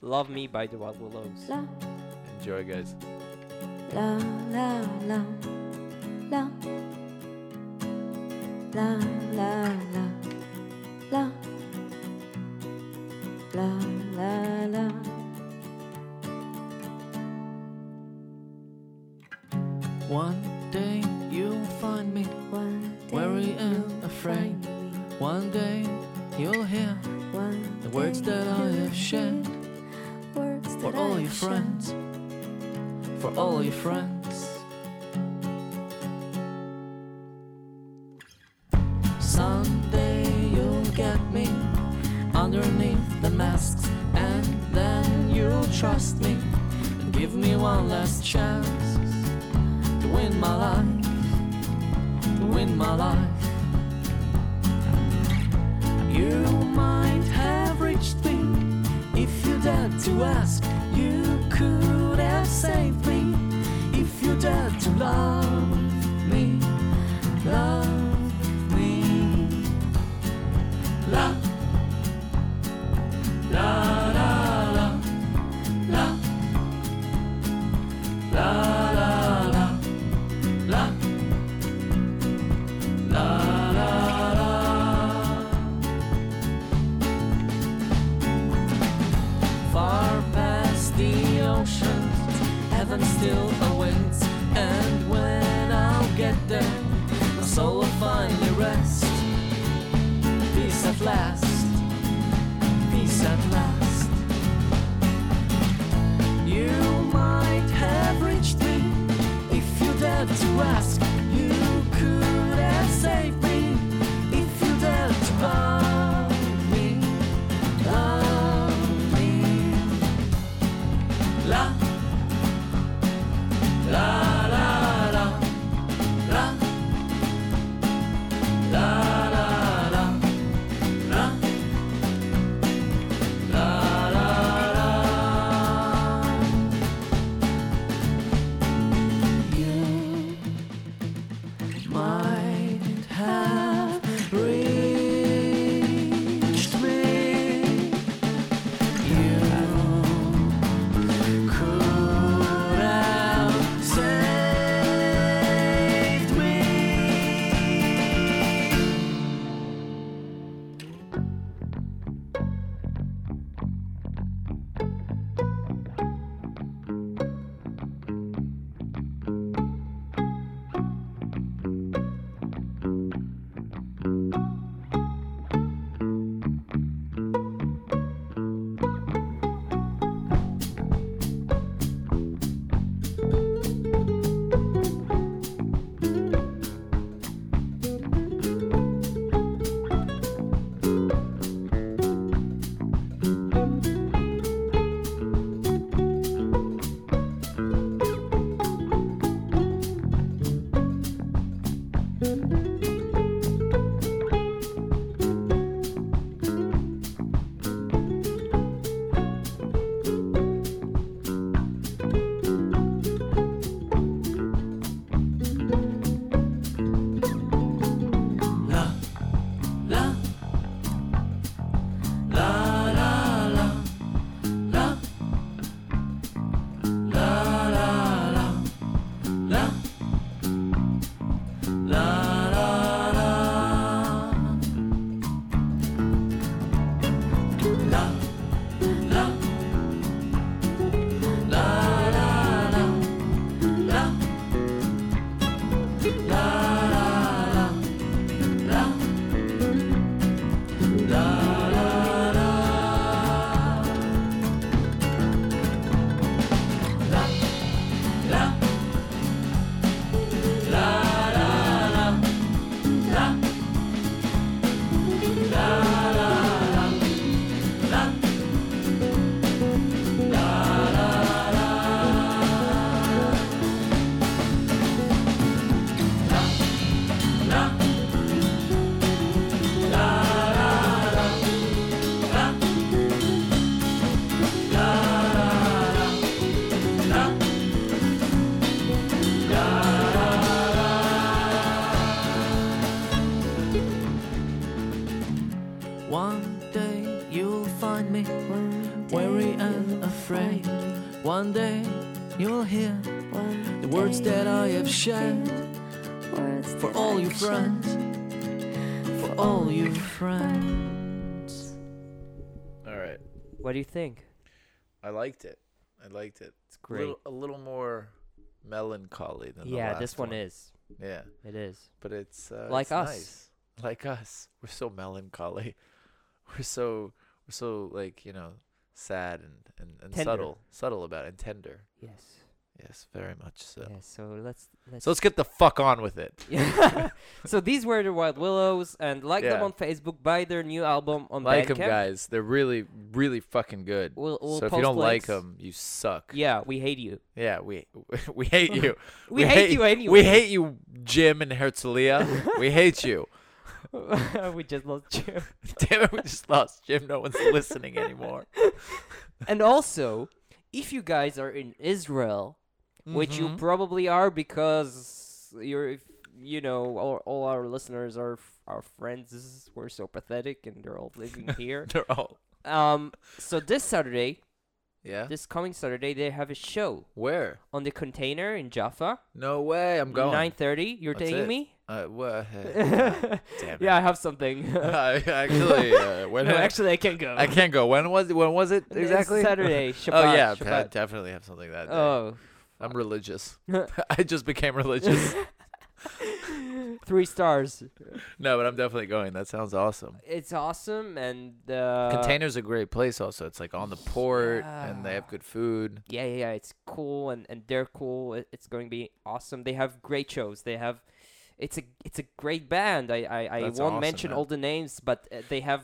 [SPEAKER 3] "Love Me" by the Wild Willows.
[SPEAKER 5] La
[SPEAKER 2] Enjoy guys.
[SPEAKER 5] la la la la la la la la la la la
[SPEAKER 4] One day you'll find me
[SPEAKER 5] one day
[SPEAKER 4] Worry and
[SPEAKER 5] you'll
[SPEAKER 4] afraid.
[SPEAKER 5] find me.
[SPEAKER 4] One day you'll hear
[SPEAKER 5] One
[SPEAKER 4] The words
[SPEAKER 5] day
[SPEAKER 4] that I
[SPEAKER 5] you'll
[SPEAKER 4] have shared
[SPEAKER 5] hear words
[SPEAKER 4] For
[SPEAKER 5] that
[SPEAKER 4] all
[SPEAKER 5] I
[SPEAKER 4] your
[SPEAKER 5] have shared.
[SPEAKER 4] friends For all your friends Someday you'll get me Underneath the masks And then you'll trust me And give me one last chance To win my life To win my life You might have reached me if you dared to ask. You could have saved me if you dared to love me, love me, la la la la la la la la la la la la. Far dared to ask. You could have saved me if you dared to love me, love me. La, la, la, la, la, la, la, la, la. La la la you might have reached me. You could have saved me. La la la la la la la la la la la la la la la la La la la la La la La la la La La la la La La la la La One day you'll find me
[SPEAKER 5] One day
[SPEAKER 4] weary and
[SPEAKER 5] you'll
[SPEAKER 4] afraid.
[SPEAKER 5] find me.
[SPEAKER 4] One day you'll hear
[SPEAKER 5] One
[SPEAKER 4] the words
[SPEAKER 5] day
[SPEAKER 4] that I
[SPEAKER 5] you'll
[SPEAKER 4] have shared
[SPEAKER 5] hear words
[SPEAKER 4] for
[SPEAKER 5] that
[SPEAKER 4] all
[SPEAKER 5] I've
[SPEAKER 4] your friends. For all your friends.
[SPEAKER 2] All right.
[SPEAKER 3] What do you think?
[SPEAKER 2] I liked it. I liked it.
[SPEAKER 3] It's great.
[SPEAKER 2] Little, a little more melancholy than the
[SPEAKER 3] yeah,
[SPEAKER 2] last
[SPEAKER 3] this one,
[SPEAKER 2] one
[SPEAKER 3] is.
[SPEAKER 2] Yeah,
[SPEAKER 3] It is.
[SPEAKER 2] but it's uh,
[SPEAKER 3] Like
[SPEAKER 2] it's
[SPEAKER 3] us.
[SPEAKER 2] nice. Like us, we're so melancholy. We're so we're so like you know sad and and, and
[SPEAKER 3] Tender.
[SPEAKER 2] subtle, subtle about it, and tender.
[SPEAKER 3] Yes.
[SPEAKER 2] Yes, very much so.
[SPEAKER 3] Yeah. So let's let's.
[SPEAKER 2] So let's get the fuck on with it.
[SPEAKER 3] Yeah. so these were the Wild Willows, and like them
[SPEAKER 2] Yeah.
[SPEAKER 3] on Facebook. Buy their new album on
[SPEAKER 2] Like them,
[SPEAKER 3] Bandcamp.
[SPEAKER 2] guys. They're really, really fucking good.
[SPEAKER 3] We'll- we'll
[SPEAKER 2] so if you don't
[SPEAKER 3] post
[SPEAKER 2] like
[SPEAKER 3] links.
[SPEAKER 2] them, you suck.
[SPEAKER 3] Yeah, we hate you.
[SPEAKER 2] Yeah, we we hate you.
[SPEAKER 3] We hate you
[SPEAKER 2] We
[SPEAKER 3] anyway.
[SPEAKER 2] hate you, Jim and Herzliya. we hate you.
[SPEAKER 3] we just lost Jim.
[SPEAKER 2] Damn it, we just lost Jim. No one's listening anymore.
[SPEAKER 3] and also, if you guys are in Israel, which you
[SPEAKER 2] Mm-hmm.
[SPEAKER 3] probably are because you're, if- you know, all, all our listeners are f- our friends. We're so pathetic, and they're all living here.
[SPEAKER 2] They're all
[SPEAKER 3] Um. So this Saturday,
[SPEAKER 2] yeah.
[SPEAKER 3] this coming Saturday, they have a show
[SPEAKER 2] Where?
[SPEAKER 3] on the Container in Jaffa.
[SPEAKER 2] No way. I'm going.
[SPEAKER 3] Nine thirty. You're
[SPEAKER 2] That's
[SPEAKER 3] taking
[SPEAKER 2] it.
[SPEAKER 3] me.
[SPEAKER 2] Uh, well, damn it.
[SPEAKER 3] yeah, I have something.
[SPEAKER 2] I actually, uh, when
[SPEAKER 3] no,
[SPEAKER 2] I-
[SPEAKER 3] actually, I can't go.
[SPEAKER 2] I can't go. When was it? When was it
[SPEAKER 3] It's
[SPEAKER 2] exactly?
[SPEAKER 3] Saturday.
[SPEAKER 2] oh
[SPEAKER 3] Shabbat,
[SPEAKER 2] yeah,
[SPEAKER 3] Shabbat.
[SPEAKER 2] I definitely have something that day.
[SPEAKER 3] Oh.
[SPEAKER 2] I'm religious. I just became religious.
[SPEAKER 3] three stars.
[SPEAKER 2] No, but I'm definitely going. That sounds awesome.
[SPEAKER 3] It's awesome, and uh,
[SPEAKER 2] Container's a great place also. It's like on the port and they have
[SPEAKER 3] yeah.
[SPEAKER 2] good food.
[SPEAKER 3] Yeah, yeah, yeah, it's cool, and and they're cool. It, it's going to be awesome. They have great shows. They have, it's a it's a great band. I I, I
[SPEAKER 2] That's
[SPEAKER 3] won't
[SPEAKER 2] awesome,
[SPEAKER 3] mention
[SPEAKER 2] man.
[SPEAKER 3] all the names, but uh, they have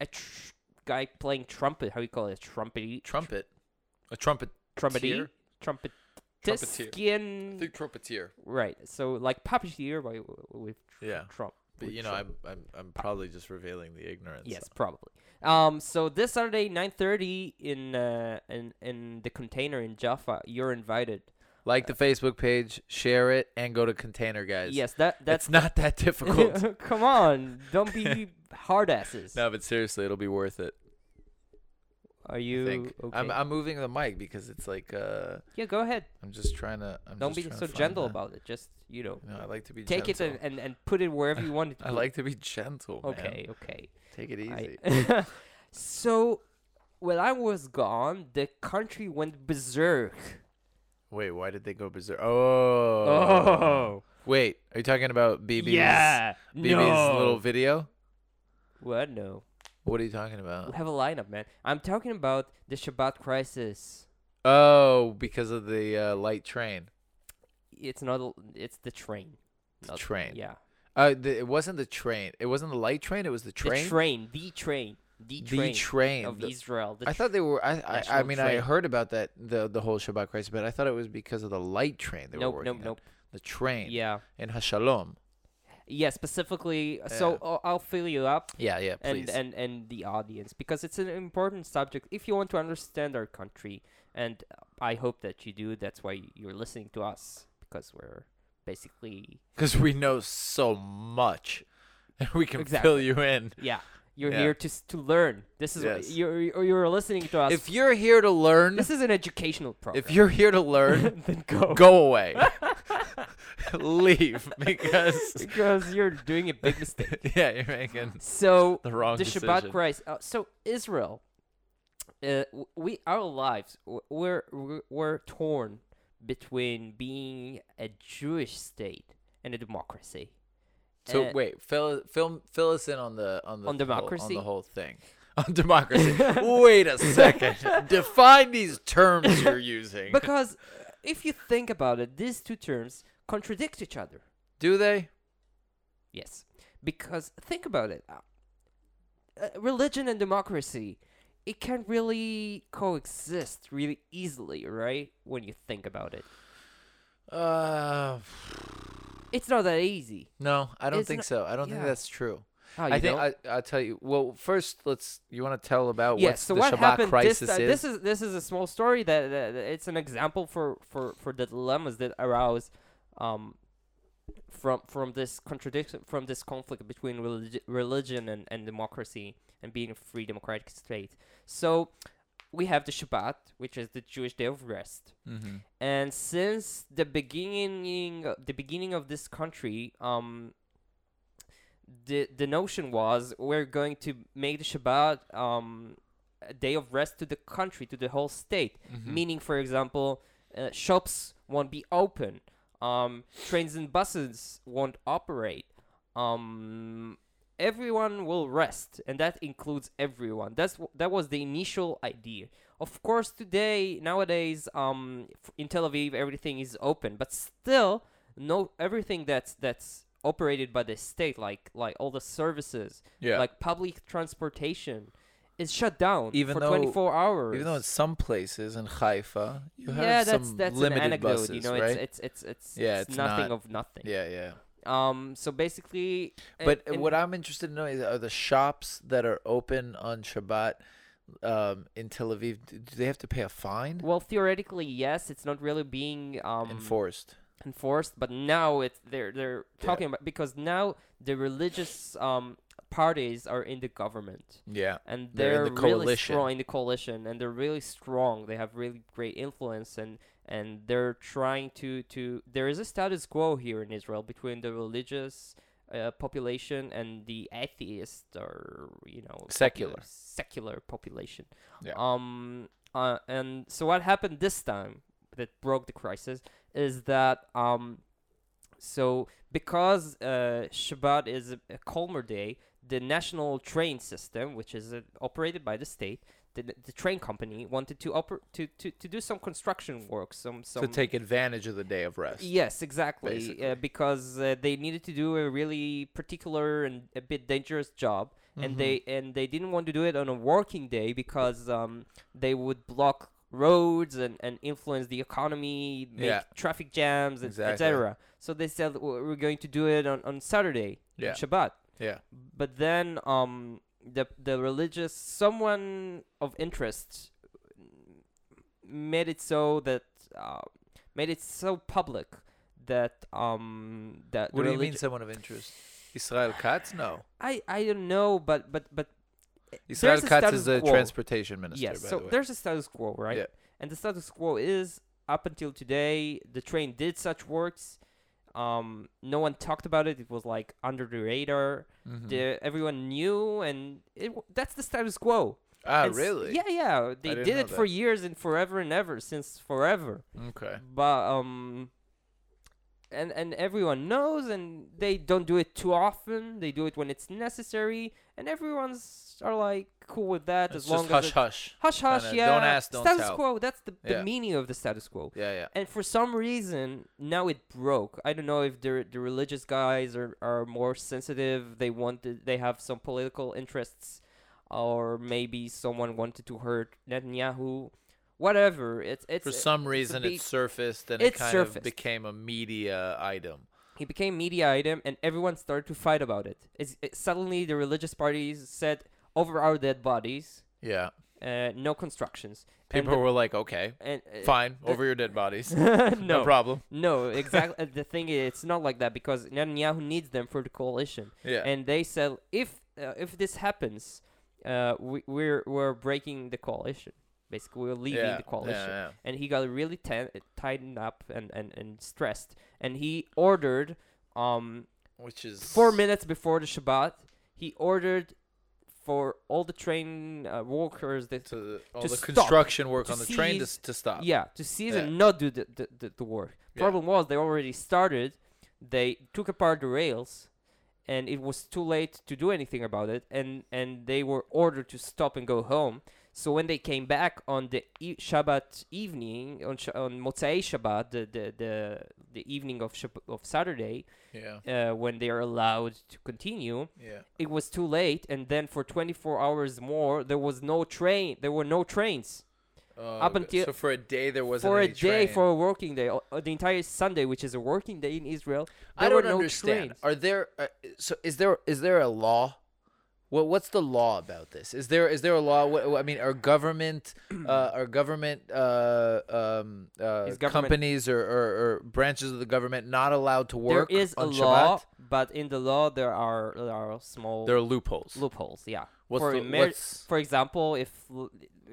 [SPEAKER 3] a tr- guy playing trumpet. How do you call it? Trumpet,
[SPEAKER 2] Trumpet. A trumpet
[SPEAKER 3] trumpeteer, trumpet,
[SPEAKER 2] Trumpeteer. I
[SPEAKER 3] skin.
[SPEAKER 2] think trumpeteer.
[SPEAKER 3] Right. So like puppeteer, but w- with tr-
[SPEAKER 2] Yeah.
[SPEAKER 3] trump.
[SPEAKER 2] But
[SPEAKER 3] with
[SPEAKER 2] you know,
[SPEAKER 3] trump.
[SPEAKER 2] I'm I'm I'm probably just revealing the ignorance.
[SPEAKER 3] Yes, probably. Um, so this Saturday, nine thirty in uh, in in the container in Jaffa, you're invited.
[SPEAKER 2] Like the Facebook page, share it and go to container guys.
[SPEAKER 3] yes, that that's
[SPEAKER 2] it's not that difficult.
[SPEAKER 3] Come on, don't be hard asses.
[SPEAKER 2] no, but seriously, it'll be worth it.
[SPEAKER 3] Are
[SPEAKER 2] I
[SPEAKER 3] you
[SPEAKER 2] think.
[SPEAKER 3] okay?
[SPEAKER 2] I'm I'm moving the mic because it's like uh
[SPEAKER 3] yeah, go ahead.
[SPEAKER 2] I'm just trying to I'm
[SPEAKER 3] Don't
[SPEAKER 2] just
[SPEAKER 3] be
[SPEAKER 2] trying
[SPEAKER 3] so
[SPEAKER 2] to find
[SPEAKER 3] gentle
[SPEAKER 2] the-
[SPEAKER 3] about it. Just you know,
[SPEAKER 2] No, I like to be
[SPEAKER 3] take
[SPEAKER 2] gentle.
[SPEAKER 3] it and, and and put it wherever you want it. To
[SPEAKER 2] I
[SPEAKER 3] be.
[SPEAKER 2] like to be gentle. man.
[SPEAKER 3] Okay, okay.
[SPEAKER 2] Take it
[SPEAKER 3] I-
[SPEAKER 2] easy.
[SPEAKER 3] so when I was gone, the country went berserk.
[SPEAKER 2] Wait, why did they go berserk? Oh.
[SPEAKER 3] Oh,
[SPEAKER 2] Wait, are you talking about BB's
[SPEAKER 3] yeah.
[SPEAKER 2] BB's little video?
[SPEAKER 3] What? No.
[SPEAKER 2] What are you talking
[SPEAKER 3] We
[SPEAKER 2] about?
[SPEAKER 3] have a lineup, man. I'm talking about the Shabbat crisis.
[SPEAKER 2] Oh, because of the uh, light train.
[SPEAKER 3] It's not. a- It's the train.
[SPEAKER 2] The
[SPEAKER 3] Not-
[SPEAKER 2] train.
[SPEAKER 3] Yeah.
[SPEAKER 2] Uh, the, it wasn't the train. It wasn't the light train. It was the train.
[SPEAKER 3] The train. The train. The
[SPEAKER 2] The
[SPEAKER 3] train.
[SPEAKER 2] train,
[SPEAKER 3] of
[SPEAKER 2] the-
[SPEAKER 3] Israel. The
[SPEAKER 2] I thought they were. I I, I
[SPEAKER 3] national
[SPEAKER 2] mean, I
[SPEAKER 3] train.
[SPEAKER 2] heard about that the the whole Shabbat crisis, but I thought it was because of the light train they
[SPEAKER 3] nope,
[SPEAKER 2] were working
[SPEAKER 3] nope,
[SPEAKER 2] on.
[SPEAKER 3] nope.
[SPEAKER 2] The train.
[SPEAKER 3] Yeah.
[SPEAKER 2] In Hashalom.
[SPEAKER 3] Yeah. Specifically. So I'll, I'll fill you up.
[SPEAKER 2] Yeah, yeah.
[SPEAKER 3] And,
[SPEAKER 2] Please.
[SPEAKER 3] and and the audience because it's an important subject if you want to understand our country and I hope that you do that's why you're listening to us because we're basically
[SPEAKER 2] Because we know so much, and we can fill
[SPEAKER 3] Exactly.
[SPEAKER 2] you in.
[SPEAKER 3] yeah you're
[SPEAKER 2] Yeah.
[SPEAKER 3] here to s- to learn this is what
[SPEAKER 2] Yes.
[SPEAKER 3] you're you're you're listening to us
[SPEAKER 2] If you're here to learn,
[SPEAKER 3] this is an educational program
[SPEAKER 2] if you're here to learn,
[SPEAKER 3] then go
[SPEAKER 2] go away. Leave because
[SPEAKER 3] because you're doing a big mistake
[SPEAKER 2] yeah, you're making
[SPEAKER 3] so
[SPEAKER 2] the wrong
[SPEAKER 3] the
[SPEAKER 2] decision.
[SPEAKER 3] Shabbat Christ. Uh, so Israel, uh, w- we our lives w- we're we're- we're torn between being a Jewish state and a democracy.
[SPEAKER 2] So
[SPEAKER 3] Uh,
[SPEAKER 2] wait, fill fill fill us in on the on the
[SPEAKER 3] On
[SPEAKER 2] whole-
[SPEAKER 3] democracy?
[SPEAKER 2] on the whole thing. On democracy. wait a second. Define these terms you're using.
[SPEAKER 3] because uh, if you think about it, these two terms contradict each other.
[SPEAKER 2] Do they?
[SPEAKER 3] Yes, because think about it. uh, Uh, religion and democracy, it can really coexist really easily, right? When you think about it,
[SPEAKER 2] Uh,
[SPEAKER 3] it's not that easy.
[SPEAKER 2] no, I don't
[SPEAKER 3] It's
[SPEAKER 2] think
[SPEAKER 3] not-
[SPEAKER 2] so. I don't
[SPEAKER 3] yeah.
[SPEAKER 2] think that's true.
[SPEAKER 3] Oh,
[SPEAKER 2] I
[SPEAKER 3] you
[SPEAKER 2] think
[SPEAKER 3] don't?
[SPEAKER 2] I I'll tell you. Well, first let's you want to tell about
[SPEAKER 3] Yes.
[SPEAKER 2] what's
[SPEAKER 3] so
[SPEAKER 2] the
[SPEAKER 3] what
[SPEAKER 2] Shabbat
[SPEAKER 3] happened
[SPEAKER 2] crisis
[SPEAKER 3] this, ti-
[SPEAKER 2] is.
[SPEAKER 3] this is this is a small story that, that that- it's an example for for for the dilemmas that arouse um from from this contradiction from this conflict between religi- religion and, and democracy and being a free democratic state so we have the shabbat which is the jewish day of rest
[SPEAKER 2] Mhm.
[SPEAKER 3] and since the beginning the beginning of this country um the the notion was we're going to make the shabbat um a day of rest to the country to the whole state meaning for example uh, shops won't be open um trains and buses won't operate um everyone will rest and that includes everyone that's w- that was the initial idea of course today nowadays um f- in Tel Aviv everything is open but still no everything that's that's operated by the state like like all the services
[SPEAKER 2] Yeah.
[SPEAKER 3] like public transportation is shut down
[SPEAKER 2] Even
[SPEAKER 3] for
[SPEAKER 2] though-
[SPEAKER 3] 24 hours
[SPEAKER 2] Even though in some places in Haifa, you have
[SPEAKER 3] yeah that's
[SPEAKER 2] some
[SPEAKER 3] that's an
[SPEAKER 2] limited
[SPEAKER 3] anecdote
[SPEAKER 2] buses,
[SPEAKER 3] you know
[SPEAKER 2] right?
[SPEAKER 3] it's it's it's it's,
[SPEAKER 2] Yeah,
[SPEAKER 3] it's
[SPEAKER 2] it's
[SPEAKER 3] nothing
[SPEAKER 2] not-
[SPEAKER 3] of nothing
[SPEAKER 2] yeah, yeah.
[SPEAKER 3] um so basically a-
[SPEAKER 2] But
[SPEAKER 3] and-
[SPEAKER 2] what I'm interested to know is are the shops that are open on Shabbat um, in Tel Aviv, d- do they have to pay a fine?
[SPEAKER 3] well theoretically yes it's not really being um
[SPEAKER 2] Enforced.
[SPEAKER 3] enforced, but now it's they're they're
[SPEAKER 2] Yeah.
[SPEAKER 3] talking about because now the religious um parties are in the government
[SPEAKER 2] Yeah.
[SPEAKER 3] and
[SPEAKER 2] They're in
[SPEAKER 3] they're,
[SPEAKER 2] the
[SPEAKER 3] really
[SPEAKER 2] coalition.
[SPEAKER 3] strong in the coalition and they're really strong. They have really great influence and and they're trying to to there is a status quo here in Israel between the religious uh, population and the atheist or you know popular-
[SPEAKER 2] Secular.
[SPEAKER 3] secular population.
[SPEAKER 2] Yeah.
[SPEAKER 3] Um. Uh, and so what happened this time that broke the crisis is that um So because uh, Shabbat is a, a calmer day, the national train system, which is uh, operated by the state, the, the train company wanted to, oper- to to to do some construction work, some some
[SPEAKER 2] to take advantage of the day of rest.
[SPEAKER 3] Yes, exactly.
[SPEAKER 2] basically.
[SPEAKER 3] Uh, because uh, they needed to do a really particular and a bit dangerous job, and they
[SPEAKER 2] Mm-hmm.
[SPEAKER 3] and they didn't want to do it on a working day because um, they would block roads and, and influence the economy, make
[SPEAKER 2] Yeah.
[SPEAKER 3] traffic jams, et-
[SPEAKER 2] Exactly.
[SPEAKER 3] etc. So they said "W- we're going to do it on on Saturday, on
[SPEAKER 2] Yeah.
[SPEAKER 3] Shabbat.
[SPEAKER 2] Yeah.
[SPEAKER 3] But then um, the the religious someone of interest made it so that uh, made it so public that um that the
[SPEAKER 2] What do you mean,
[SPEAKER 3] religi-
[SPEAKER 2] someone of interest? Israel Katz? No.
[SPEAKER 3] I I don't know, but but but
[SPEAKER 2] Israel
[SPEAKER 3] a
[SPEAKER 2] Katz
[SPEAKER 3] status
[SPEAKER 2] is the
[SPEAKER 3] quo.
[SPEAKER 2] transportation minister,
[SPEAKER 3] yes.
[SPEAKER 2] by
[SPEAKER 3] So
[SPEAKER 2] the way.
[SPEAKER 3] there's a status quo, right?
[SPEAKER 2] Yeah.
[SPEAKER 3] And the status quo is up until today, the train did such works. Um, no one talked about it. It was like under the radar.
[SPEAKER 2] Mhm.
[SPEAKER 3] The, everyone knew, and it, w- that's the status quo.
[SPEAKER 2] ah,
[SPEAKER 3] And s-
[SPEAKER 2] really?
[SPEAKER 3] Yeah, yeah. They
[SPEAKER 2] didn't
[SPEAKER 3] did
[SPEAKER 2] know
[SPEAKER 3] it for
[SPEAKER 2] that.
[SPEAKER 3] years and forever and ever since forever.
[SPEAKER 2] Okay.
[SPEAKER 3] but um and and everyone knows and they don't do it too often they do it when it's necessary and everyone's are like cool with that
[SPEAKER 2] It's
[SPEAKER 3] as long
[SPEAKER 2] just
[SPEAKER 3] as
[SPEAKER 2] hush
[SPEAKER 3] it-
[SPEAKER 2] hush.
[SPEAKER 3] hush hush
[SPEAKER 2] Kinda
[SPEAKER 3] yeah
[SPEAKER 2] don't ask, don't
[SPEAKER 3] status
[SPEAKER 2] tell.
[SPEAKER 3] quo that's the, the
[SPEAKER 2] Yeah.
[SPEAKER 3] meaning of the status quo
[SPEAKER 2] Yeah, yeah.
[SPEAKER 3] and for some reason now it broke i don't know if the the religious guys are, are more sensitive they wanted they have some political interests or maybe someone wanted to hurt netanyahu whatever it's it's
[SPEAKER 2] For some reason,
[SPEAKER 3] big-
[SPEAKER 2] it surfaced and
[SPEAKER 3] it
[SPEAKER 2] it kind
[SPEAKER 3] surfaced.
[SPEAKER 2] of became a media item.
[SPEAKER 3] He became media item, and everyone started to fight about it. It's, it suddenly, the religious parties said, "Over our dead bodies,
[SPEAKER 2] Yeah.
[SPEAKER 3] uh, no constructions." And
[SPEAKER 2] People
[SPEAKER 3] the-
[SPEAKER 2] were like, okay,
[SPEAKER 3] and, uh,
[SPEAKER 2] fine, over your dead bodies.
[SPEAKER 3] no,
[SPEAKER 2] problem.
[SPEAKER 3] no, exactly. the thing is, it's not like that because Netanyahu needs them for the coalition,
[SPEAKER 2] Yeah.
[SPEAKER 3] and they said, "If uh, if this happens, uh, we, we're we're breaking the coalition. Basically, we're leaving
[SPEAKER 2] yeah,
[SPEAKER 3] the coalition."
[SPEAKER 2] Yeah,
[SPEAKER 3] and he got really ten- tightened up and, and, and stressed, and he ordered um,
[SPEAKER 2] yeah. Which is
[SPEAKER 3] four minutes before the Shabbat, he ordered for all the train uh, workers that
[SPEAKER 2] to the- all
[SPEAKER 3] to
[SPEAKER 2] the
[SPEAKER 3] stop,
[SPEAKER 2] construction work
[SPEAKER 3] to
[SPEAKER 2] on the train to,
[SPEAKER 3] seize-
[SPEAKER 2] s- to stop.
[SPEAKER 3] yeah to seize
[SPEAKER 2] Yeah.
[SPEAKER 3] and not do the the, the, the work.
[SPEAKER 2] Yeah.
[SPEAKER 3] Problem was they already started. They took apart the rails, and it was too late to do anything about it. And and they were ordered to stop and go home. So when they came back on the e- Shabbat evening, on sh- on Motzei Shabbat, the the, the, the evening of Shab- of Saturday,
[SPEAKER 2] Yeah.
[SPEAKER 3] uh, when they are allowed to continue,
[SPEAKER 2] Yeah.
[SPEAKER 3] it was too late and then for 24 hours more there was no train there were no trains
[SPEAKER 2] Oh,
[SPEAKER 3] Up
[SPEAKER 2] good.
[SPEAKER 3] until-
[SPEAKER 2] so for a day there wasn't
[SPEAKER 3] for a
[SPEAKER 2] any
[SPEAKER 3] day
[SPEAKER 2] train.
[SPEAKER 3] for a working day uh, uh, the entire sunday which is a working day in israel
[SPEAKER 2] I
[SPEAKER 3] there were
[SPEAKER 2] don't
[SPEAKER 3] no
[SPEAKER 2] understand.
[SPEAKER 3] trains
[SPEAKER 2] Are there uh, so is there is there a law? What what's the law about this? Is there is there a law? What, I mean, are government uh, are government uh, um, uh,
[SPEAKER 3] Is government-
[SPEAKER 2] companies or, or, or branches of the government not allowed to
[SPEAKER 3] there
[SPEAKER 2] work?
[SPEAKER 3] is a
[SPEAKER 2] on
[SPEAKER 3] law
[SPEAKER 2] Shabbat?
[SPEAKER 3] but in the law there are there are small
[SPEAKER 2] There are loopholes.
[SPEAKER 3] loopholes yeah
[SPEAKER 2] What's
[SPEAKER 3] for,
[SPEAKER 2] the-
[SPEAKER 3] emer-
[SPEAKER 2] what's-
[SPEAKER 3] for example if l-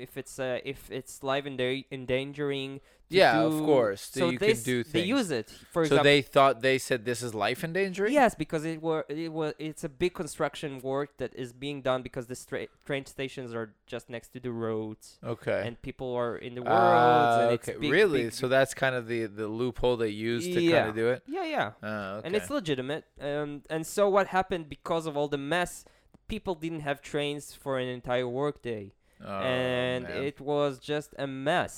[SPEAKER 3] if it's uh, if it's live and da- endangering to
[SPEAKER 2] Yeah, of
[SPEAKER 3] do-
[SPEAKER 2] course, so
[SPEAKER 3] so
[SPEAKER 2] you
[SPEAKER 3] they
[SPEAKER 2] can
[SPEAKER 3] s-
[SPEAKER 2] do
[SPEAKER 3] they
[SPEAKER 2] things.
[SPEAKER 3] use it for
[SPEAKER 2] so
[SPEAKER 3] example
[SPEAKER 2] they thought they said this is life endangering.
[SPEAKER 3] Yes, because it were it was it's a big construction work that is being done because the stra- train stations are just next to the roads
[SPEAKER 2] Okay.
[SPEAKER 3] and people are in the roads.
[SPEAKER 2] Ah,
[SPEAKER 3] and
[SPEAKER 2] okay.
[SPEAKER 3] It's big,
[SPEAKER 2] really?
[SPEAKER 3] big-
[SPEAKER 2] so that's kind of the the loophole they used to
[SPEAKER 3] Yeah.
[SPEAKER 2] kind of do it.
[SPEAKER 3] yeah, yeah,
[SPEAKER 2] Ah, okay.
[SPEAKER 3] and it's legitimate. Um, and so what happened because of all the mess? People didn't have trains for an entire workday,
[SPEAKER 2] Oh,
[SPEAKER 3] and
[SPEAKER 2] man.
[SPEAKER 3] it was just a mess.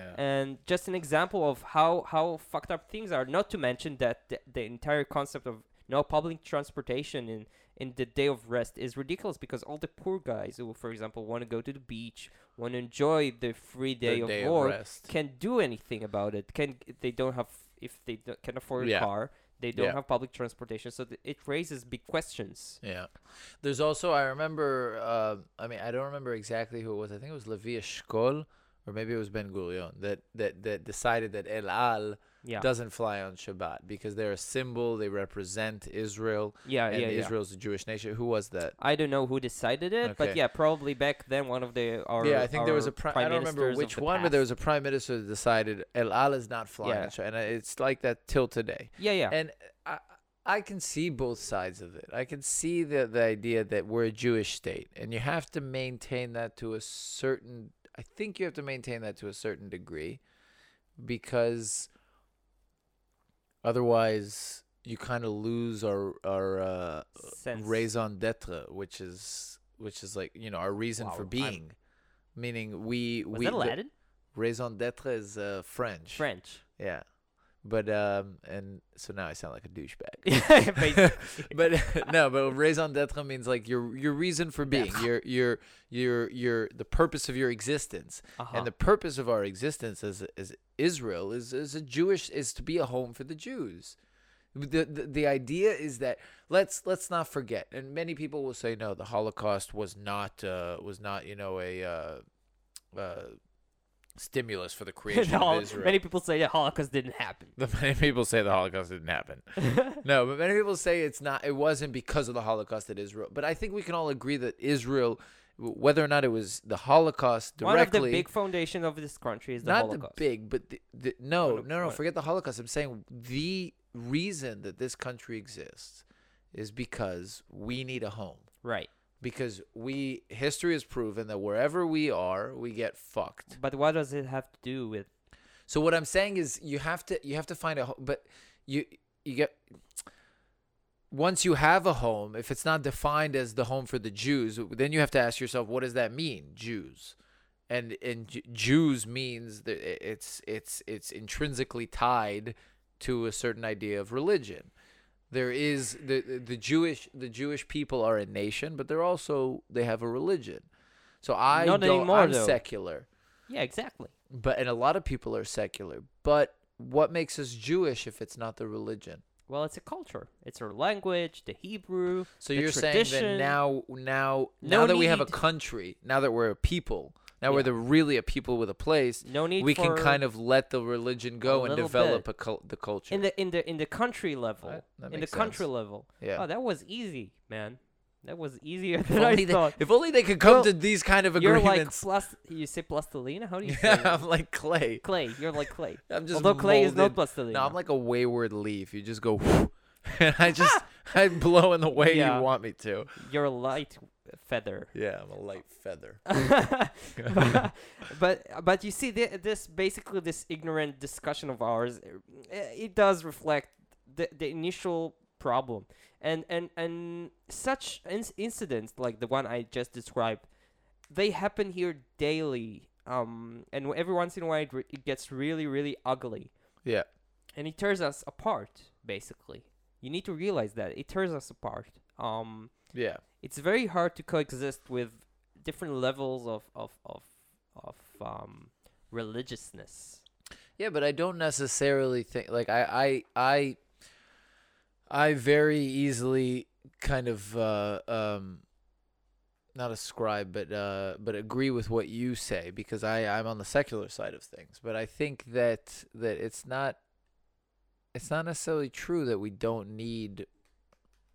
[SPEAKER 2] Yeah.
[SPEAKER 3] and just an example of how how fucked up things are not to mention that the, the entire concept of no public transportation in in the day of rest is ridiculous because all the poor guys who for example want to go to the beach want to enjoy the free day,
[SPEAKER 2] Their
[SPEAKER 3] of,
[SPEAKER 2] day of
[SPEAKER 3] work
[SPEAKER 2] rest.
[SPEAKER 3] can't do anything about it can they don't have if they do can afford
[SPEAKER 2] Yeah.
[SPEAKER 3] a car they don't
[SPEAKER 2] Yeah.
[SPEAKER 3] have public transportation so th- it raises big questions
[SPEAKER 2] Yeah. There's also I remember uh, I mean I don't remember exactly who it was. I think it was Levi Eshkol or maybe it was Ben Gurion that that that decided that El Al
[SPEAKER 3] yeah
[SPEAKER 2] doesn't fly on Shabbat because they're a symbol, they represent Israel
[SPEAKER 3] yeah
[SPEAKER 2] and
[SPEAKER 3] yeah, yeah.
[SPEAKER 2] Israel's a Jewish nation. Who was that?
[SPEAKER 3] I don't know who decided it, but
[SPEAKER 2] Okay.
[SPEAKER 3] yeah, probably back then one of the our
[SPEAKER 2] yeah, I think there was
[SPEAKER 3] our
[SPEAKER 2] a prime.
[SPEAKER 3] prime
[SPEAKER 2] I don't remember
[SPEAKER 3] ministers of
[SPEAKER 2] which
[SPEAKER 3] the
[SPEAKER 2] one, but there
[SPEAKER 3] past.
[SPEAKER 2] was a prime minister that decided El Al is not flying,
[SPEAKER 3] Yeah.
[SPEAKER 2] on Shabbat. and it's like that till today.
[SPEAKER 3] Yeah, yeah.
[SPEAKER 2] And I, I can see both sides of it. I can see the, the idea that we're a Jewish state and you have to maintain that to a certain I think you have to maintain that to a certain degree because otherwise you kind of lose our our uh,
[SPEAKER 3] Sense.
[SPEAKER 2] raison d'être, which is which is like you know our reason
[SPEAKER 3] Wow,
[SPEAKER 2] for
[SPEAKER 3] I'm-
[SPEAKER 2] being, meaning we
[SPEAKER 3] Was
[SPEAKER 2] we
[SPEAKER 3] that
[SPEAKER 2] the-
[SPEAKER 3] Aladdin?
[SPEAKER 2] raison d'être is uh, French.
[SPEAKER 3] French.
[SPEAKER 2] Yeah. But um and so now I sound like a douchebag.
[SPEAKER 3] Basically.
[SPEAKER 2] but no, but raison d'être means like your your reason for being, your your your your the purpose of your existence.
[SPEAKER 3] Uh-huh.
[SPEAKER 2] And the purpose of our existence as as Israel is is a Jewish is to be a home for the Jews. The, the the idea is that let's let's not forget, and many people will say no, the Holocaust was not uh, was not you know a uh, uh, stimulus for the creation
[SPEAKER 3] No,
[SPEAKER 2] of Israel.
[SPEAKER 3] many people say the Holocaust didn't happen.
[SPEAKER 2] The many people say the Holocaust didn't happen. no, but many people say it's not. It wasn't because of the Holocaust that Israel. But I think we can all agree that Israel, w- whether or not it was the Holocaust
[SPEAKER 3] One of the
[SPEAKER 2] directly,
[SPEAKER 3] big foundation of this country is the
[SPEAKER 2] not
[SPEAKER 3] Holocaust.
[SPEAKER 2] the big, but the, the, no,
[SPEAKER 3] One of-
[SPEAKER 2] no, no.
[SPEAKER 3] one-
[SPEAKER 2] Forget the Holocaust. I'm saying the reason that this country exists is because we need a home.
[SPEAKER 3] Right.
[SPEAKER 2] Because we history has proven that wherever we are, we get fucked.
[SPEAKER 3] But what does it have to do with
[SPEAKER 2] So what I'm saying is you have to you have to find a ho- but you you get once you have a home, if it's not defined as the home for the Jews, then you have to ask yourself what does that mean, Jews? And and J- Jews means that i- it's it's it's intrinsically tied to a certain idea of religion. There is the the- the Jewish the Jewish people are a nation, but they're also they have a religion. So I
[SPEAKER 3] Not
[SPEAKER 2] don't,
[SPEAKER 3] anymore,
[SPEAKER 2] I'm
[SPEAKER 3] though.
[SPEAKER 2] secular
[SPEAKER 3] Yeah, exactly.
[SPEAKER 2] but and a lot of people are secular but what makes us jewish if it's not the religion
[SPEAKER 3] Well, it's a culture. It's our language, the Hebrew.
[SPEAKER 2] so
[SPEAKER 3] the
[SPEAKER 2] you're saying that
[SPEAKER 3] tradition.
[SPEAKER 2] now now
[SPEAKER 3] No
[SPEAKER 2] now that we have a
[SPEAKER 3] need-
[SPEAKER 2] country now that we're a people now we're
[SPEAKER 3] Yeah.
[SPEAKER 2] the really a people with a place
[SPEAKER 3] No need
[SPEAKER 2] we can
[SPEAKER 3] for
[SPEAKER 2] kind of let the religion go and
[SPEAKER 3] little
[SPEAKER 2] develop
[SPEAKER 3] bit.
[SPEAKER 2] a cul the culture
[SPEAKER 3] in the in the in the country level.
[SPEAKER 2] Right, that
[SPEAKER 3] in the
[SPEAKER 2] makes
[SPEAKER 3] country
[SPEAKER 2] sense.
[SPEAKER 3] level.
[SPEAKER 2] Yeah.
[SPEAKER 3] Oh, that was easy, man. That was easier
[SPEAKER 2] if,
[SPEAKER 3] than I
[SPEAKER 2] only they,
[SPEAKER 3] thought.
[SPEAKER 2] if only they could come
[SPEAKER 3] Well,
[SPEAKER 2] to these kind of
[SPEAKER 3] You're like
[SPEAKER 2] agreements
[SPEAKER 3] plus. You say plastilina? How do you say?
[SPEAKER 2] yeah,
[SPEAKER 3] that?
[SPEAKER 2] i'm like clay
[SPEAKER 3] Clay. You're like clay.
[SPEAKER 2] i'm just
[SPEAKER 3] Although clay is
[SPEAKER 2] molded.
[SPEAKER 3] not plastilina.
[SPEAKER 2] no i'm like a wayward leaf you just go and i just i blow in the way
[SPEAKER 3] Yeah.
[SPEAKER 2] you want me to
[SPEAKER 3] You're a light feather.
[SPEAKER 2] yeah i'm a light feather
[SPEAKER 3] but but you see thi- this basically this ignorant discussion of ours i- it does reflect the, the initial problem and and and such inc- incidents like the one i just described they happen here daily um and every once in a while it, re- it gets really really ugly
[SPEAKER 2] yeah
[SPEAKER 3] and it tears us apart basically you need to realize that it tears us apart um
[SPEAKER 2] Yeah.
[SPEAKER 3] it's very hard to coexist with different levels of of of, of um religiousness.
[SPEAKER 2] Yeah, but I don't necessarily think like I I I I very easily kind of uh um not ascribe but uh but agree with what you say because I I'm on the secular side of things, but I think that that it's not it's not necessarily true that we don't need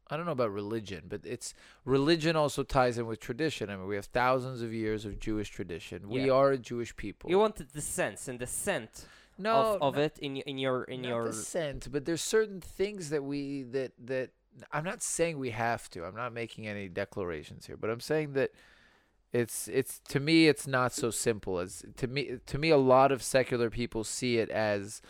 [SPEAKER 2] I don't know about religion, but it's religion also ties in with tradition. I mean, we have thousands of years of Jewish tradition. We
[SPEAKER 3] Yeah.
[SPEAKER 2] are a Jewish people.
[SPEAKER 3] You want the sense and the scent
[SPEAKER 2] no,
[SPEAKER 3] of, of
[SPEAKER 2] no,
[SPEAKER 3] it in y- in your in
[SPEAKER 2] not
[SPEAKER 3] your
[SPEAKER 2] the scent, but there's certain things that we that that I'm not saying we have to. I'm not making any declarations here, but I'm saying that it's it's to me it's not so simple as to me to me a lot of secular people see it as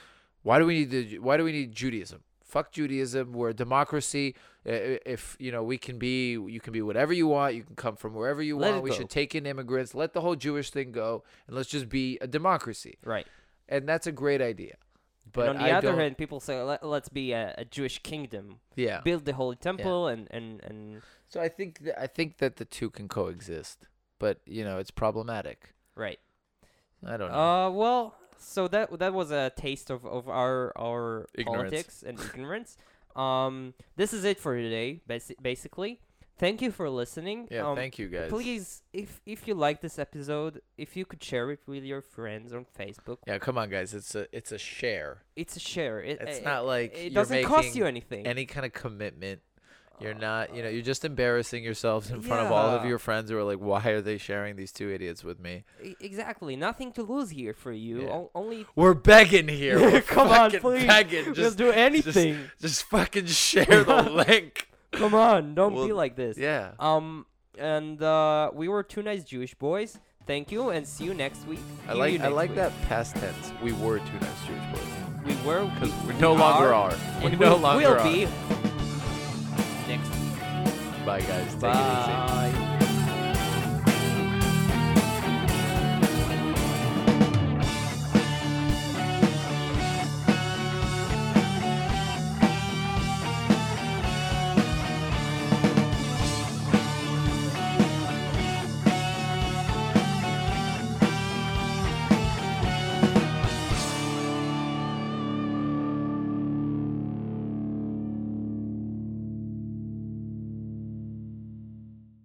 [SPEAKER 2] why do we need the, why do we need Judaism? Fuck Judaism. We're a democracy. I- i- If you know we can be, you can be whatever you want. You can come from wherever you
[SPEAKER 3] Let
[SPEAKER 2] want.
[SPEAKER 3] it
[SPEAKER 2] We
[SPEAKER 3] go.
[SPEAKER 2] should take in immigrants. Let the whole Jewish thing go, and let's just be a democracy.
[SPEAKER 3] right.
[SPEAKER 2] And that's a great idea. But
[SPEAKER 3] and on
[SPEAKER 2] I
[SPEAKER 3] the other
[SPEAKER 2] don't-
[SPEAKER 3] hand, people say Let, us be a, a Jewish kingdom,
[SPEAKER 2] yeah.
[SPEAKER 3] build the holy temple, and and and
[SPEAKER 2] So I think th- I think that the two can coexist, but you know it's problematic.
[SPEAKER 3] right.
[SPEAKER 2] I don't know.
[SPEAKER 3] Uh, well, so that that was a taste of, of our our
[SPEAKER 2] Ignorance.
[SPEAKER 3] politics and ignorance. Um, this is it for today, basi- basically. Thank you for listening.
[SPEAKER 2] yeah,
[SPEAKER 3] um,
[SPEAKER 2] thank you guys.
[SPEAKER 3] Please, if if you like this episode, if you could share it with your friends on Facebook,
[SPEAKER 2] Yeah, come on, guys. It's a it's a share.
[SPEAKER 3] it's a share. It,
[SPEAKER 2] It's
[SPEAKER 3] it-
[SPEAKER 2] not like
[SPEAKER 3] it
[SPEAKER 2] you're
[SPEAKER 3] doesn't cost
[SPEAKER 2] making
[SPEAKER 3] you anything.
[SPEAKER 2] Any kind of commitment. You're not. You know, you're just embarrassing yourselves in front of all of
[SPEAKER 3] Yeah.
[SPEAKER 2] your friends who are like, "Why are they sharing these two idiots with me?"
[SPEAKER 3] E- exactly, nothing to lose here for you.
[SPEAKER 2] Yeah.
[SPEAKER 3] o- only
[SPEAKER 2] We're begging here. We're
[SPEAKER 3] Come on,
[SPEAKER 2] fucking
[SPEAKER 3] please.
[SPEAKER 2] Begging.
[SPEAKER 3] We'll
[SPEAKER 2] Just
[SPEAKER 3] do
[SPEAKER 2] just-
[SPEAKER 3] anything.
[SPEAKER 2] Just, fucking share the link.
[SPEAKER 3] come on, don't be
[SPEAKER 2] Well,
[SPEAKER 3] like this. uh,
[SPEAKER 2] Yeah.
[SPEAKER 3] Um, and uh, we were two nice Jewish boys. Thank you, and see you next week.
[SPEAKER 2] I
[SPEAKER 3] Hear you
[SPEAKER 2] like I
[SPEAKER 3] next
[SPEAKER 2] like
[SPEAKER 3] week.
[SPEAKER 2] that past tense. We were two nice Jewish boys
[SPEAKER 3] We were
[SPEAKER 2] because we no longer are.
[SPEAKER 3] and
[SPEAKER 2] We
[SPEAKER 3] we
[SPEAKER 2] no longer
[SPEAKER 3] will
[SPEAKER 2] are.
[SPEAKER 3] be next.
[SPEAKER 2] Bye guys. Take it easy.
[SPEAKER 3] Bye.